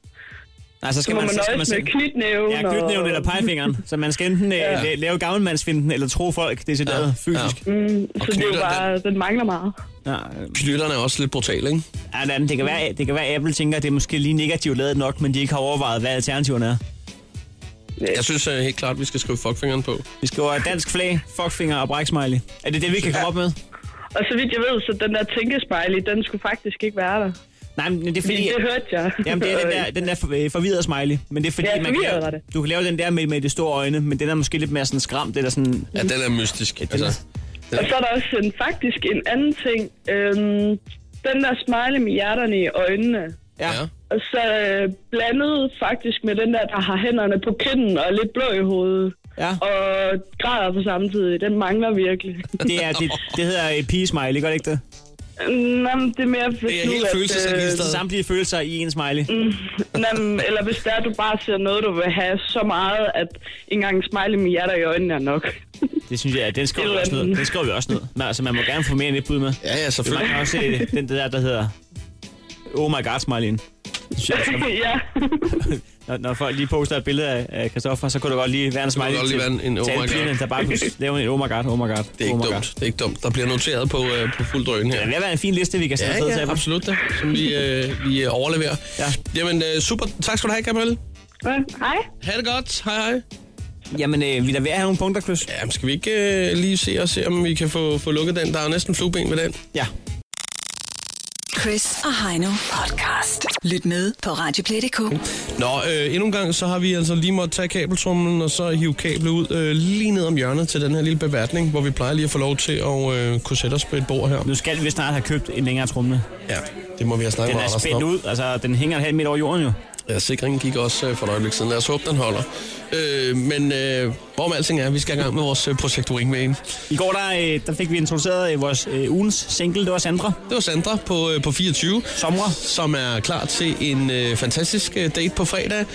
Speaker 4: Nej, så
Speaker 5: Så
Speaker 4: skal
Speaker 5: må
Speaker 4: man,
Speaker 5: man
Speaker 4: så skal man
Speaker 5: nøjes med
Speaker 4: sende...
Speaker 5: knytnæven.
Speaker 4: Ja, knytnæven eller pegefingeren. Så man skal enten ja. la- lave gavnmandsfinden eller tro folk, det er
Speaker 3: Ja,
Speaker 4: ja. fysisk.
Speaker 5: Mm,
Speaker 3: Og
Speaker 5: så det er jo
Speaker 3: knytter
Speaker 5: bare, den mangler meget.
Speaker 4: Ja. øh,
Speaker 3: Knytterne er også lidt brutale, ikke?
Speaker 4: Ja, det, andet, det, kan være, det kan være, at Apple tænker, at det er måske lige negativt lavet nok, men de ikke har overvejet, hvad alternativerne er.
Speaker 5: Øh,
Speaker 3: Jeg synes uh, helt klart, vi skal skrive fuckfingeren på.
Speaker 4: Vi skriver dansk flag, fuckfinger og bræksmiley. Er det det, vi kan komme op med?
Speaker 5: Og så vidt jeg ved, så den der tænkespejl, den skulle faktisk ikke være der.
Speaker 4: Nej, men det er
Speaker 5: Fordi
Speaker 4: fordi...
Speaker 5: det hørte jeg.
Speaker 4: Jamen, det er den der, den der for- øh, forvirrede smiley. Men det er fordi,
Speaker 5: Ja,
Speaker 4: man kan,
Speaker 5: forvirret var
Speaker 4: lave,
Speaker 5: det.
Speaker 4: du kan lave den der med, med de store øjne, men den er måske lidt mere sådan skræmt, eller sådan...
Speaker 3: Ja, den er mystisk. Altså,
Speaker 5: Øh, Og så er der også en, faktisk en anden ting. Øhm, den der smile med hjerterne i øjnene.
Speaker 4: Ja.
Speaker 3: ja.
Speaker 5: Og så øh, blandet faktisk med den der, der har hænderne på kinden og er lidt blå i hovedet.
Speaker 4: Ja.
Speaker 5: Og græder på samme tid. Den mangler virkelig.
Speaker 4: Det, er, det, det hedder et pigesmiley, gør det ikke det?
Speaker 5: Nå, men det er mere hvis
Speaker 3: Det er
Speaker 5: nu,
Speaker 3: helt
Speaker 5: at, øh,
Speaker 3: følelsesregistret.
Speaker 4: Samtlige følelser i en smiley.
Speaker 5: Mm. nå, men, eller hvis det er, du bare ser noget, du vil have så meget, at ikke engang smile med hjerter i øjnene er nok.
Speaker 4: Det synes jeg, den skriver vi også ned. Den skriver vi også ned. Men, altså, man må gerne få mere end et bud med.
Speaker 3: Ja, ja,
Speaker 4: Man
Speaker 3: selvfølgelig.
Speaker 4: kan også se den der, der hedder... Oh my god, smileyen.
Speaker 9: ja.
Speaker 4: når, når folk lige poster et billede af, af Christoffer, så kunne der godt lige være en
Speaker 3: kunne
Speaker 4: smiley
Speaker 3: godt lige være en- en oh
Speaker 4: til
Speaker 3: my
Speaker 4: alle
Speaker 3: god.
Speaker 4: pigerne, der bare kunne lave en oh my god, oh my god.
Speaker 3: Det er ikke dumt. Det er ikke dumt. Der bliver noteret på, øh, på fuld drøn her.
Speaker 4: Det vil være en fin liste, vi kan sætte
Speaker 3: Ja,
Speaker 4: afsted til
Speaker 3: ja,
Speaker 4: dem.
Speaker 3: absolut da, som vi, øh, vi øh, overleverer.
Speaker 4: Ja.
Speaker 3: Jamen, øh, super. Tak skal du have, Gabriel.
Speaker 9: Ja, Hej.
Speaker 3: Ha' det godt. Hej, hej.
Speaker 4: Jamen, øh, vi er da ved at have nogle punkter, Chris.
Speaker 3: Jamen, skal vi ikke øh, lige se og se, om vi kan få, få lukket den? Der er jo næsten flueben ved den.
Speaker 4: Ja.
Speaker 2: Chris og Heino podcast. Lyt med på Radioplay.dk.
Speaker 3: Nå, øh, endnu en gang, så har vi altså lige måttet tage kabeltrummen og så hive kablet ud øh, lige ned om hjørnet til den her lille beværtning, hvor vi plejer lige at få lov til at øh, kunne sætte os på et bord her.
Speaker 4: Nu skal vi snart have købt en længere trumle.
Speaker 3: Ja, det må vi have snakket
Speaker 4: Den
Speaker 3: med
Speaker 4: er
Speaker 3: Andersen
Speaker 4: spændt
Speaker 3: om.
Speaker 4: ud, altså den hænger en halv meter over jorden jo.
Speaker 3: Ja, sikringen gik også øh, for et øjeblik siden. Lad os håbe, den holder. Øh, men øh, hvorom alting er, vi skal i gang med vores øh, projekt Wingman.
Speaker 4: I går der, øh, der fik vi introduceret øh, vores øh, ugens single, det var Sandra.
Speaker 3: Det var Sandra på, øh, på 24.
Speaker 4: Sommer.
Speaker 3: som er klar til en øh, fantastisk øh, date på fredag.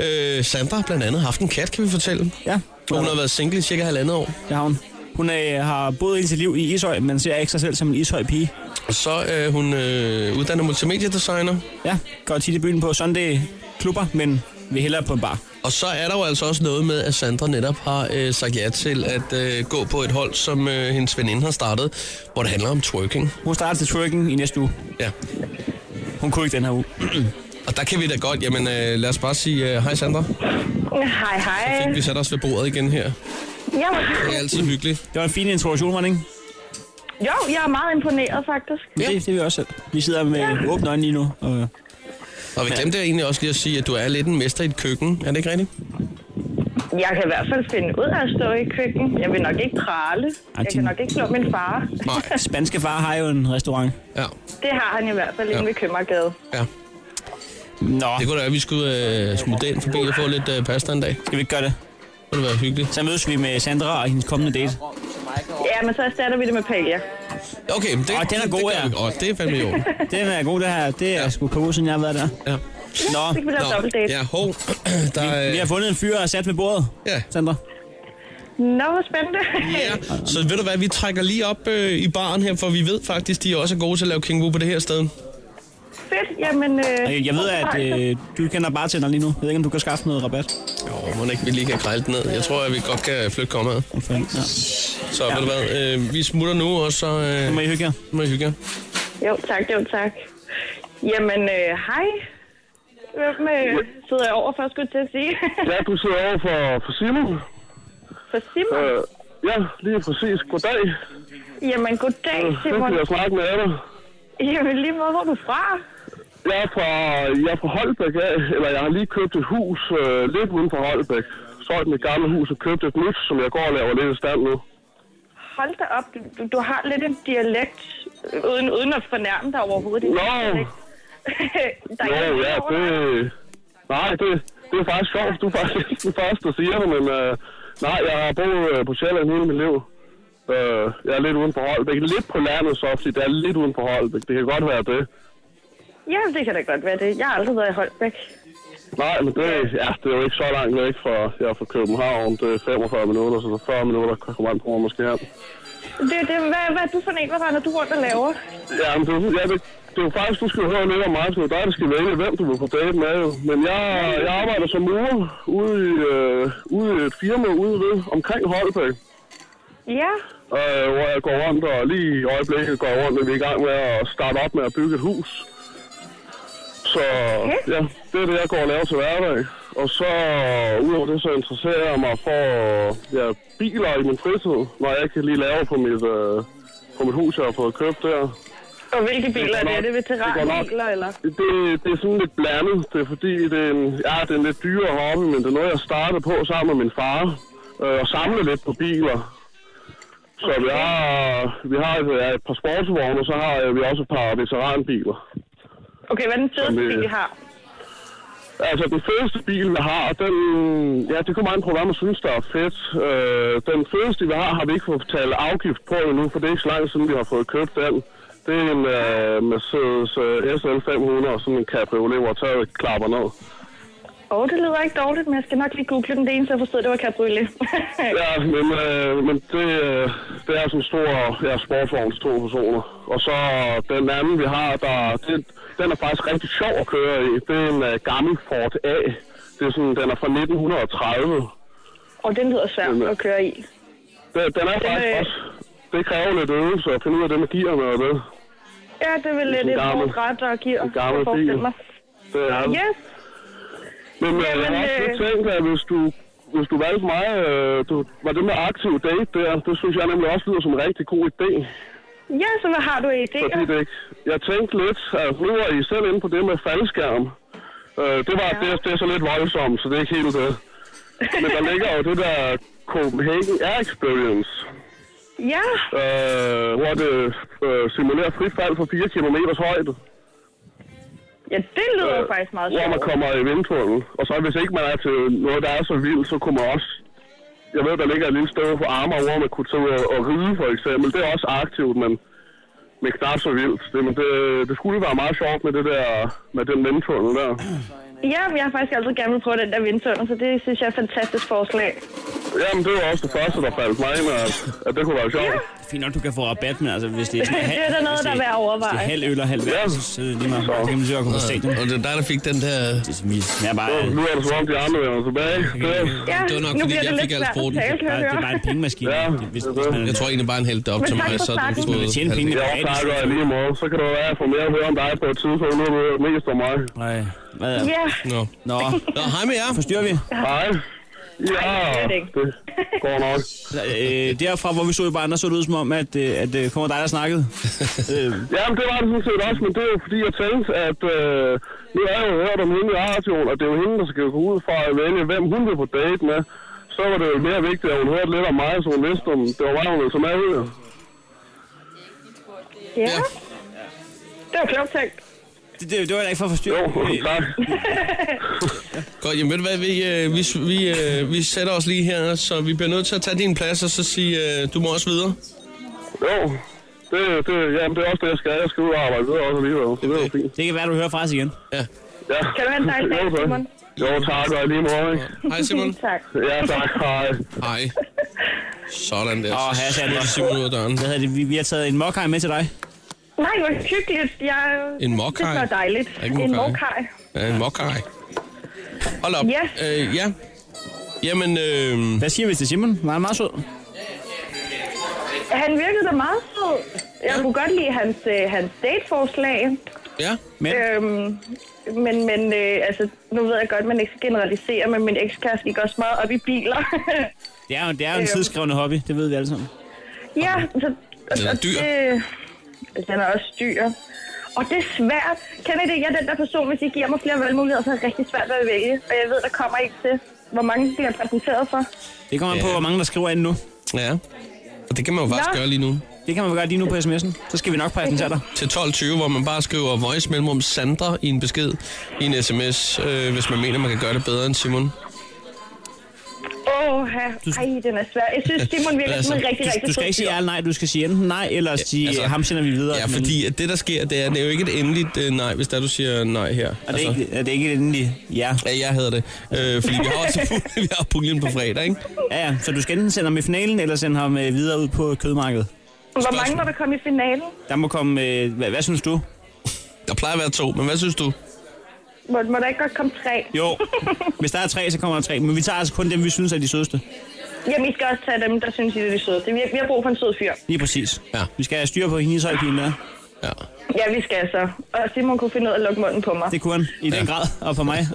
Speaker 3: Øh, Sandra har blandt andet haft en kat, kan vi fortælle.
Speaker 4: Ja,
Speaker 3: Og hun har været single i cirka halvandet år.
Speaker 4: det har hun. Hun øh, har boet hele sit liv i Ishøj, men ser ikke sig selv som en Ishøj-pige.
Speaker 3: Og så øh, hun øh, uddanner multimediedesigner.
Speaker 4: Ja, går tit i byen på Sunday klubber, men vil hellere på en bar.
Speaker 3: Og så er der jo altså også noget med, at Sandra netop har øh, sagt ja til at øh, gå på et hold, som øh, hendes veninde har startet, hvor det handler om twerking.
Speaker 4: Hun starter til twerking i næste uge.
Speaker 3: Ja.
Speaker 4: Hun kunne ikke den her uge.
Speaker 3: Og der kan vi da godt, jamen øh, lad os bare sige øh, hej Sandra.
Speaker 9: Hej, hej.
Speaker 3: Vi sætter os ved bordet igen her.
Speaker 9: Jamen,
Speaker 3: Det er altid hyggeligt.
Speaker 4: Det var en fin introduktion, var det ikke?
Speaker 9: jo, jeg er meget imponeret faktisk.
Speaker 4: Ja. Det, det er vi også selv. Vi sidder med åbne øjne lige nu. Og,
Speaker 3: Og vi glemte egentlig også lige at sige, at du er lidt en mester i et køkken. Er det ikke rigtigt?
Speaker 9: Jeg kan i hvert fald finde ud af at stå i køkken. Jeg vil nok ikke prale. Jeg kan
Speaker 4: din-
Speaker 9: nok ikke slå min far.
Speaker 3: Nej.
Speaker 4: spanske far har jo en restaurant.
Speaker 3: Ja.
Speaker 9: Det har han i hvert fald inde
Speaker 3: Ja.
Speaker 9: ved Købmagergade.
Speaker 3: ja.
Speaker 4: Nå,
Speaker 3: Det kunne da være, at vi skulle øh, smutte den forbi og få lidt øh, pasta en dag. Det
Speaker 4: skal vi ikke gøre det.
Speaker 3: kunne da være hyggeligt.
Speaker 4: Så mødes vi med Sandra og hendes kommende date.
Speaker 9: Ja, men så erstatter vi det med palja.
Speaker 3: Okay, men det,
Speaker 4: Åh, den er god,
Speaker 3: det,
Speaker 4: ja.
Speaker 3: det Åh, det er fandme i orden.
Speaker 4: Den er god, det her. Det er
Speaker 3: Ja.
Speaker 4: sgu på, siden jeg har været der.
Speaker 3: Ja.
Speaker 4: Nå,
Speaker 9: Så kan vi lave dobbeltdate.
Speaker 3: ja, hov. Der,
Speaker 4: vi har
Speaker 3: øh,
Speaker 4: fundet en fyr og sat ved bordet,
Speaker 3: ja.
Speaker 4: Sandra.
Speaker 9: Nå, hvor spændende.
Speaker 3: Ja, så ved du hvad, vi trækker lige op øh, i baren her, for vi ved faktisk, de også er gode til at lave kingbu på det her sted.
Speaker 9: Fedt. Jamen, øh,
Speaker 4: Øh, Jeg ved, at øh, du kender bartenderen lige nu. Jeg ved ikke, om du kan skaffe noget rabat.
Speaker 3: Jo, må ikke vi lige kan krejle den ned. Jeg tror, at vi godt kan flytte kommet.
Speaker 4: For, ja.
Speaker 3: Så ja. ved du hvad, øh, vi smutter nu, og så
Speaker 4: Så
Speaker 3: øh,
Speaker 4: må I hygge jer.
Speaker 3: må I hygge jer.
Speaker 9: jo tak, jo tak. Jamen, øh, hej. Hvem øh, sidder jeg over for, skulle jeg til at sige?
Speaker 13: Ja, du sidder over for, for Simon.
Speaker 9: for Simon.
Speaker 13: Øh, ja, lige præcis. Goddag.
Speaker 9: Jamen, goddag,
Speaker 13: Fedt,
Speaker 9: Simon.
Speaker 13: at jeg snakke med dig.
Speaker 9: Jamen, lige måde, hvor er du fra?
Speaker 13: Jeg er fra, jeg er fra Holbæk, af, eller jeg har lige købt et hus øh, lidt uden for Holbæk. Solgt mit gamle hus og købt et nyt, som jeg går og laver lidt i stand nu.
Speaker 9: Hold da op, du, du, du har lidt en dialekt, øh, uden, uden at fornærme dig overhovedet. Det er
Speaker 13: Nå.
Speaker 9: en dialekt. der
Speaker 13: Jo,
Speaker 9: er ikke
Speaker 13: ja,
Speaker 9: noget over
Speaker 13: det...
Speaker 9: dig.
Speaker 13: Nej, det, det er faktisk sjovt. Du er faktisk ikke den første, der siger det, men... Øh, nej, jeg har boet øh, på Sjælland hele mit liv. Øh, jeg er lidt uden for Holbæk. Lidt på landet, så fordi det er lidt uden for Holbæk. Det kan godt være det.
Speaker 9: Ja, det kan da godt være det. Jeg har aldrig været i Holbæk.
Speaker 13: Nej, men det, ja, det er jo ikke så langt væk fra, jeg er fra København. Det er 45 minutter, så 40 minutter kommer man på måske her.
Speaker 9: Det, det, hvad, hvad er du for en? Hvad render du rundt og laver?
Speaker 13: Ja, men det, er- ja, det, det er jo faktisk, du skal jo høre lidt om mig, så det er dig, der skal vælge, hvem du vil på date med. jo. Men jeg, jeg arbejder som murer ude i, øh, ude i et firma ude ved, omkring Holbæk.
Speaker 9: Ja,
Speaker 13: øh, hvor jeg går rundt, og lige i øjeblikket går jeg rundt, og vi er i gang med at starte op med at bygge et hus. Så ja, det er det, jeg går og laver til hverdag. Og så udover det, så interesserer jeg mig for ja, biler i min fritid, når jeg kan lige lave på mit, øh, på mit hus, jeg har fået købt der.
Speaker 9: og hvilke biler er
Speaker 13: går
Speaker 9: det? Er
Speaker 13: nok.
Speaker 9: det
Speaker 13: Det går nok.
Speaker 9: veteranbiler, eller?
Speaker 13: Det, det er sådan lidt blandet. Det er fordi, det er, en, ja, det er en lidt dyrere hobby, men det er noget, jeg startede på sammen med min far. Øh, og samle lidt på biler. Så vi har, vi har et, ja, et par sportsvogne, og så har øh, vi også et par veteranbiler.
Speaker 9: Okay, hvad er den fedeste
Speaker 13: Som, øh,
Speaker 9: bil, I har?
Speaker 13: Altså, den fedeste bil, vi har, den... Ja, det kommer an på, hvad man synes, der er fedt. Øh, den fedeste, vi har, har vi ikke fået betalt afgift på endnu, for det er ikke så langt siden, vi har fået købt den. Det er en øh, Mercedes øh, SL 500, sådan en cabriolet, hvor taget klapper ned.
Speaker 9: Åh, det lyder ikke dårligt, men jeg skal nok lige google den. Det eneste, jeg forstod, det var cabriolet.
Speaker 13: Ja, men, øh, men det, øh, det er sådan en stor ja, sportsvogn til to personer. Og så den anden, vi har, der, det, den er faktisk rigtig sjov at køre i. Det er en øh, gammel Ford A. Det er sådan, den er fra 1930.
Speaker 9: og den lyder svær at køre i.
Speaker 13: Den, den er
Speaker 9: Den,
Speaker 13: faktisk
Speaker 9: øh,
Speaker 13: også... Det kræver lidt øvelse at finde ud af det med gearne og det.
Speaker 9: Ja, det er vel lidt
Speaker 13: en
Speaker 9: et
Speaker 13: gammel-
Speaker 9: hårdt ret og gear.
Speaker 13: en gammel
Speaker 9: jeg forestiller
Speaker 13: bil.
Speaker 9: mig.
Speaker 13: Det er det.
Speaker 9: Yes,
Speaker 13: Men øh, jeg
Speaker 9: Jamen,
Speaker 13: har også
Speaker 9: øh,
Speaker 13: lidt tænkt, at hvis du, hvis du valgte mig, øh, du, var det med aktiv date der, det synes jeg nemlig også lyder som en rigtig god idé.
Speaker 9: ja, så hvad har du af idéer?
Speaker 13: Fordi det ikke. Jeg tænkte lidt, at nu er I selv inde på det med faldskærm. Øh, det, var, ja. det, det, er så lidt voldsomt, så det er ikke helt det. Men der ligger jo det der Copenhagen Air Experience,
Speaker 9: Ja,
Speaker 13: øh, hvor det øh, simulerer frit fald fra 4 km højde.
Speaker 9: ja det lyder
Speaker 13: Øh,
Speaker 9: faktisk meget
Speaker 13: hvor man
Speaker 9: sjovt.
Speaker 13: kommer i vindtunnel. Og så hvis ikke man er til noget, der er så vildt, så kunne man også... Jeg ved, der ligger et lille sted på Amager, hvor man kunne tage ud og, og ride, for eksempel. Det er også aktivt, men, men knap så vildt. Det, men det, det skulle være meget sjovt med, det der, med den vindtunnel der.
Speaker 9: Ja, men jeg har faktisk altid gerne vil prøve den der vindtunnel, så det synes jeg er et fantastisk forslag.
Speaker 13: Jamen, det var også det første, der faldt mig ind, at, at det kunne være sjovt.
Speaker 5: Fint nok, du kan få rabat, men altså, hvis det er sådan
Speaker 9: Det er da noget,
Speaker 5: hvis
Speaker 9: der
Speaker 5: det-
Speaker 9: er værd at
Speaker 5: Hvis det er
Speaker 9: overveje.
Speaker 5: halv øl og halv vand, så sidder det lige meget. Så kan man søge at gå på stadion.
Speaker 3: Og det er dig, der fik den der...
Speaker 5: Det er som is. Jeg er bare,
Speaker 13: Ja. Nu er det som om, de andre vender tilbage. Det,
Speaker 9: Ja,
Speaker 3: Det var nok,
Speaker 9: nu
Speaker 3: fordi
Speaker 9: bliver det
Speaker 3: jeg
Speaker 9: lidt
Speaker 3: fik al
Speaker 9: svært at
Speaker 3: sporten.
Speaker 9: tale, kan
Speaker 5: bare,
Speaker 9: jeg
Speaker 5: det er bare
Speaker 9: høre.
Speaker 5: en pengemaskine.
Speaker 13: Ja,
Speaker 5: Det- Hvis, hvis man,
Speaker 3: Jeg tror egentlig bare, han hældte det op
Speaker 9: Men
Speaker 3: til
Speaker 9: tak
Speaker 3: mig,
Speaker 9: for
Speaker 3: så havde du
Speaker 9: snakken.
Speaker 5: hvis man vil tjene pengene
Speaker 13: jeg
Speaker 5: gratis.
Speaker 13: takker dig lige måde. Så kan det være, at jeg får mere at høre om dig på et tidspunkt. Nu er det mest om mig.
Speaker 5: Nej, hvad er
Speaker 9: Ja,
Speaker 3: Nå.
Speaker 5: Nå,
Speaker 3: Nå, hej med jer.
Speaker 5: forstyrrer vi?
Speaker 13: Hej.
Speaker 9: det
Speaker 13: Ja,
Speaker 9: er det ikke.
Speaker 13: det går nok.
Speaker 5: Øh, derfra, hvor vi så i bare, der så det ud som om, at, øh, at øh, kommer dig, der snakkede. øh,
Speaker 13: Jamen, det var det sådan set også, men det er jo fordi, jeg tænkte, at øh, nu har jeg jo hørt om hende i radioen, og det er jo hende, der skal gå ud for at vælge, hvem hun vil på date med. Så var det jo mere vigtigt, at hun hørte lidt om mig, så hun vidste, om det var mig, hun ville tage med ud.
Speaker 9: ja. Det var klogt tænkt.
Speaker 5: det, det, det, var da ikke for at forstyrre.
Speaker 13: Jo,
Speaker 5: Øh,
Speaker 13: tak.
Speaker 3: Godt, jamen ved du hvad, vi, øh, vi, vi, øh, vi sætter os lige her, så vi bliver nødt til at tage din plads, og så sige, øh, du må også videre.
Speaker 13: Jo, det, det, jamen, det er også det, jeg skal. Jeg skal ud og arbejde videre også alligevel. Så det er jo fint.
Speaker 5: Det kan være, du hører fra os igen.
Speaker 13: Ja.
Speaker 9: Kan du have en dejlig dag,
Speaker 13: Jo, tak.
Speaker 9: Simon?
Speaker 13: Jo, tak, og i lige måde, ikke?
Speaker 3: Hej Simon.
Speaker 9: Tak.
Speaker 13: Ja, tak, hej.
Speaker 3: Hej. Sådan der.
Speaker 5: Åh, her er det også.
Speaker 3: Simon ud af døren.
Speaker 5: Hvad hedder det? Vi, vi har taget en mokkaj med til dig.
Speaker 9: Nej, hvor hyggeligt. Jeg,
Speaker 3: En mokkaj?
Speaker 9: Det var dejligt.
Speaker 3: Ikke en
Speaker 9: En
Speaker 3: mokkaj.
Speaker 9: mokkaj.
Speaker 3: Ja, en mokkaj. Hold op.
Speaker 9: Ja.
Speaker 3: Øh, ja. Jamen, øh,
Speaker 5: Hvad siger vi til Simon? Var han meget sød?
Speaker 9: Han virkede da meget sød. Jeg kunne godt lide hans, øh, hans dateforslag.
Speaker 3: ja.
Speaker 5: Men,
Speaker 9: Øhm, men men øh, altså, nu ved jeg godt, at man ikke skal generalisere, men min ekskæreste gik også meget op i biler.
Speaker 5: det er jo, det er jo en tidskrævende hobby, det ved vi alle sammen.
Speaker 9: ja, så,
Speaker 3: Den er
Speaker 9: og
Speaker 3: dyr.
Speaker 9: Det, den er også dyr. Og det er svært. Kender I det? Jeg er den der person, hvis I giver mig flere valgmuligheder, så er det rigtig svært at vælge. Og jeg ved, der kommer ikke til, hvor mange bliver præsenteret for.
Speaker 5: Det kommer an på,
Speaker 3: Ja.
Speaker 5: hvor mange der skriver ind nu.
Speaker 3: Ja. Og det kan man jo faktisk
Speaker 9: Nå.
Speaker 3: gøre lige nu.
Speaker 5: Det kan man vel gøre lige nu på sms'en. Så skal vi nok præsentere dig.
Speaker 3: Til 12.20, hvor man bare skriver voice mellemrum Sandra i en besked i en sms, øh, hvis man mener, man kan gøre det bedre end Simon.
Speaker 9: Åh, oh, ej, den er svær. Jeg synes, Simon virker
Speaker 3: Altså,
Speaker 9: som en rigtig,
Speaker 5: Du,
Speaker 9: rigtig
Speaker 5: du skal
Speaker 9: sød
Speaker 5: ikke sige
Speaker 9: fyr.
Speaker 5: ja eller nej, du skal sige enten nej, eller sige,
Speaker 3: altså-
Speaker 5: altså, ham sender vi videre.
Speaker 3: Ja,
Speaker 5: Men-
Speaker 3: fordi at det, der sker, det er, det er jo ikke et endeligt øh, nej, hvis der du siger nej her. Altså,
Speaker 5: Og det er, ikke, er det ikke et endeligt ja?
Speaker 3: Ja, jeg havde det. Øh, fordi vi har også vi har puljen på fredag, ikke?
Speaker 5: Ja, ja. Så du skal enten sende ham i finalen, eller sende ham øh, videre ud på kødmarkedet.
Speaker 9: Hvor mange var der kom i finalen?
Speaker 5: Der må komme... Øh, hvad, hvad synes du?
Speaker 3: Der plejer at være to, men hvad synes du?
Speaker 9: Må, må der ikke godt komme tre?
Speaker 5: Jo, hvis der er tre, så kommer der tre. Men vi tager altså kun dem, vi synes er de sødeste.
Speaker 9: Jamen, I skal også tage dem, der synes, I er de søde. Det, vi, vi har brug for en sød fyr.
Speaker 5: Lige præcis.
Speaker 3: Ja.
Speaker 5: Vi skal have styr på hendes højpigen der.
Speaker 3: Ja.
Speaker 9: Ja, vi skal så. Og Simon kunne finde ud af at lukke munden på mig.
Speaker 5: Det kunne han. I ja. den grad. Og på mig.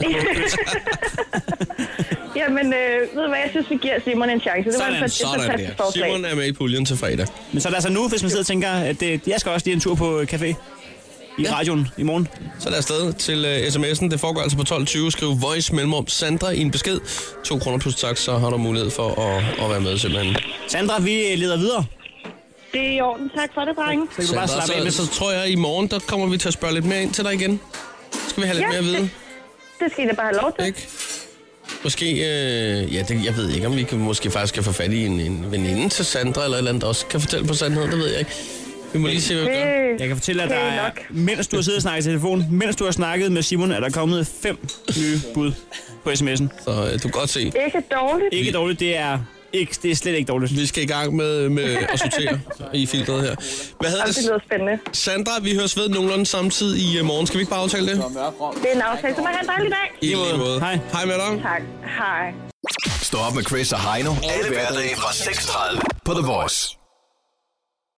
Speaker 9: Jamen, øh, ved du hvad, jeg synes, vi giver Simon en chance. Det var
Speaker 5: Sådan,
Speaker 9: et, fant- et
Speaker 3: Sådan
Speaker 9: fantastisk
Speaker 3: der.
Speaker 9: forslag.
Speaker 3: Simon er med i puljen til fredag.
Speaker 5: Men så er der altså nu, hvis man sidder og tænker, at det, jeg skal også lige en tur på øh, café. I
Speaker 3: Ja.
Speaker 5: ja. radioen i morgen.
Speaker 3: Så lad afsted til uh, sms'en. Det foregår altså på 12.20. Skriv voice mellemrum Sandra i en besked. 2 kroner plus tak, så har du mulighed for at, at være med simpelthen.
Speaker 5: Sandra, vi øh, leder videre.
Speaker 9: Det er i orden. Tak for det, drenge.
Speaker 5: Så kan du bare slappe af
Speaker 3: Sandra,
Speaker 5: med
Speaker 3: så, så tror jeg, at i morgen, der kommer vi til at spørge lidt mere ind til dig igen. Skal vi have lidt
Speaker 9: Ja,
Speaker 3: mere at vide,
Speaker 9: Det skal I da bare have lov til.
Speaker 3: ikke? Måske, øh, ja, det, jeg ved ikke, om vi kan, måske faktisk kan få fat i en, en veninde til Sandra, eller et eller andet, der også kan fortælle på sandheden, det ved jeg ikke. Vi må lige se, hvad vi gør.
Speaker 4: Jeg kan fortælle, at der
Speaker 9: Det er
Speaker 4: er,
Speaker 9: nok.
Speaker 4: mens du har siddet og snakket i telefonen, mens du har snakket med Simon, er der kommet fem nye bud på sms'en.
Speaker 3: Så øh, du kan godt se.
Speaker 9: Ikke dårligt.
Speaker 4: Ikke dårligt, det er, ikke, det er slet ikke dårligt.
Speaker 3: Vi skal i gang med, med at sortere i filtret her. Hvad hedder
Speaker 9: Jamen, det
Speaker 3: det?
Speaker 9: lyder spændende.
Speaker 3: Sandra, vi høres ved nogenlunde samtidig i øh, morgen. Skal vi ikke bare aftale det?
Speaker 9: Det er en aftale. Så må I have en dejlig dag.
Speaker 3: I lige måde.
Speaker 4: Hej.
Speaker 3: Hej med dig.
Speaker 9: Tak. Hej.
Speaker 7: Stå op med Chris og Heino. Alle hverdage fra 6.30 på The Voice.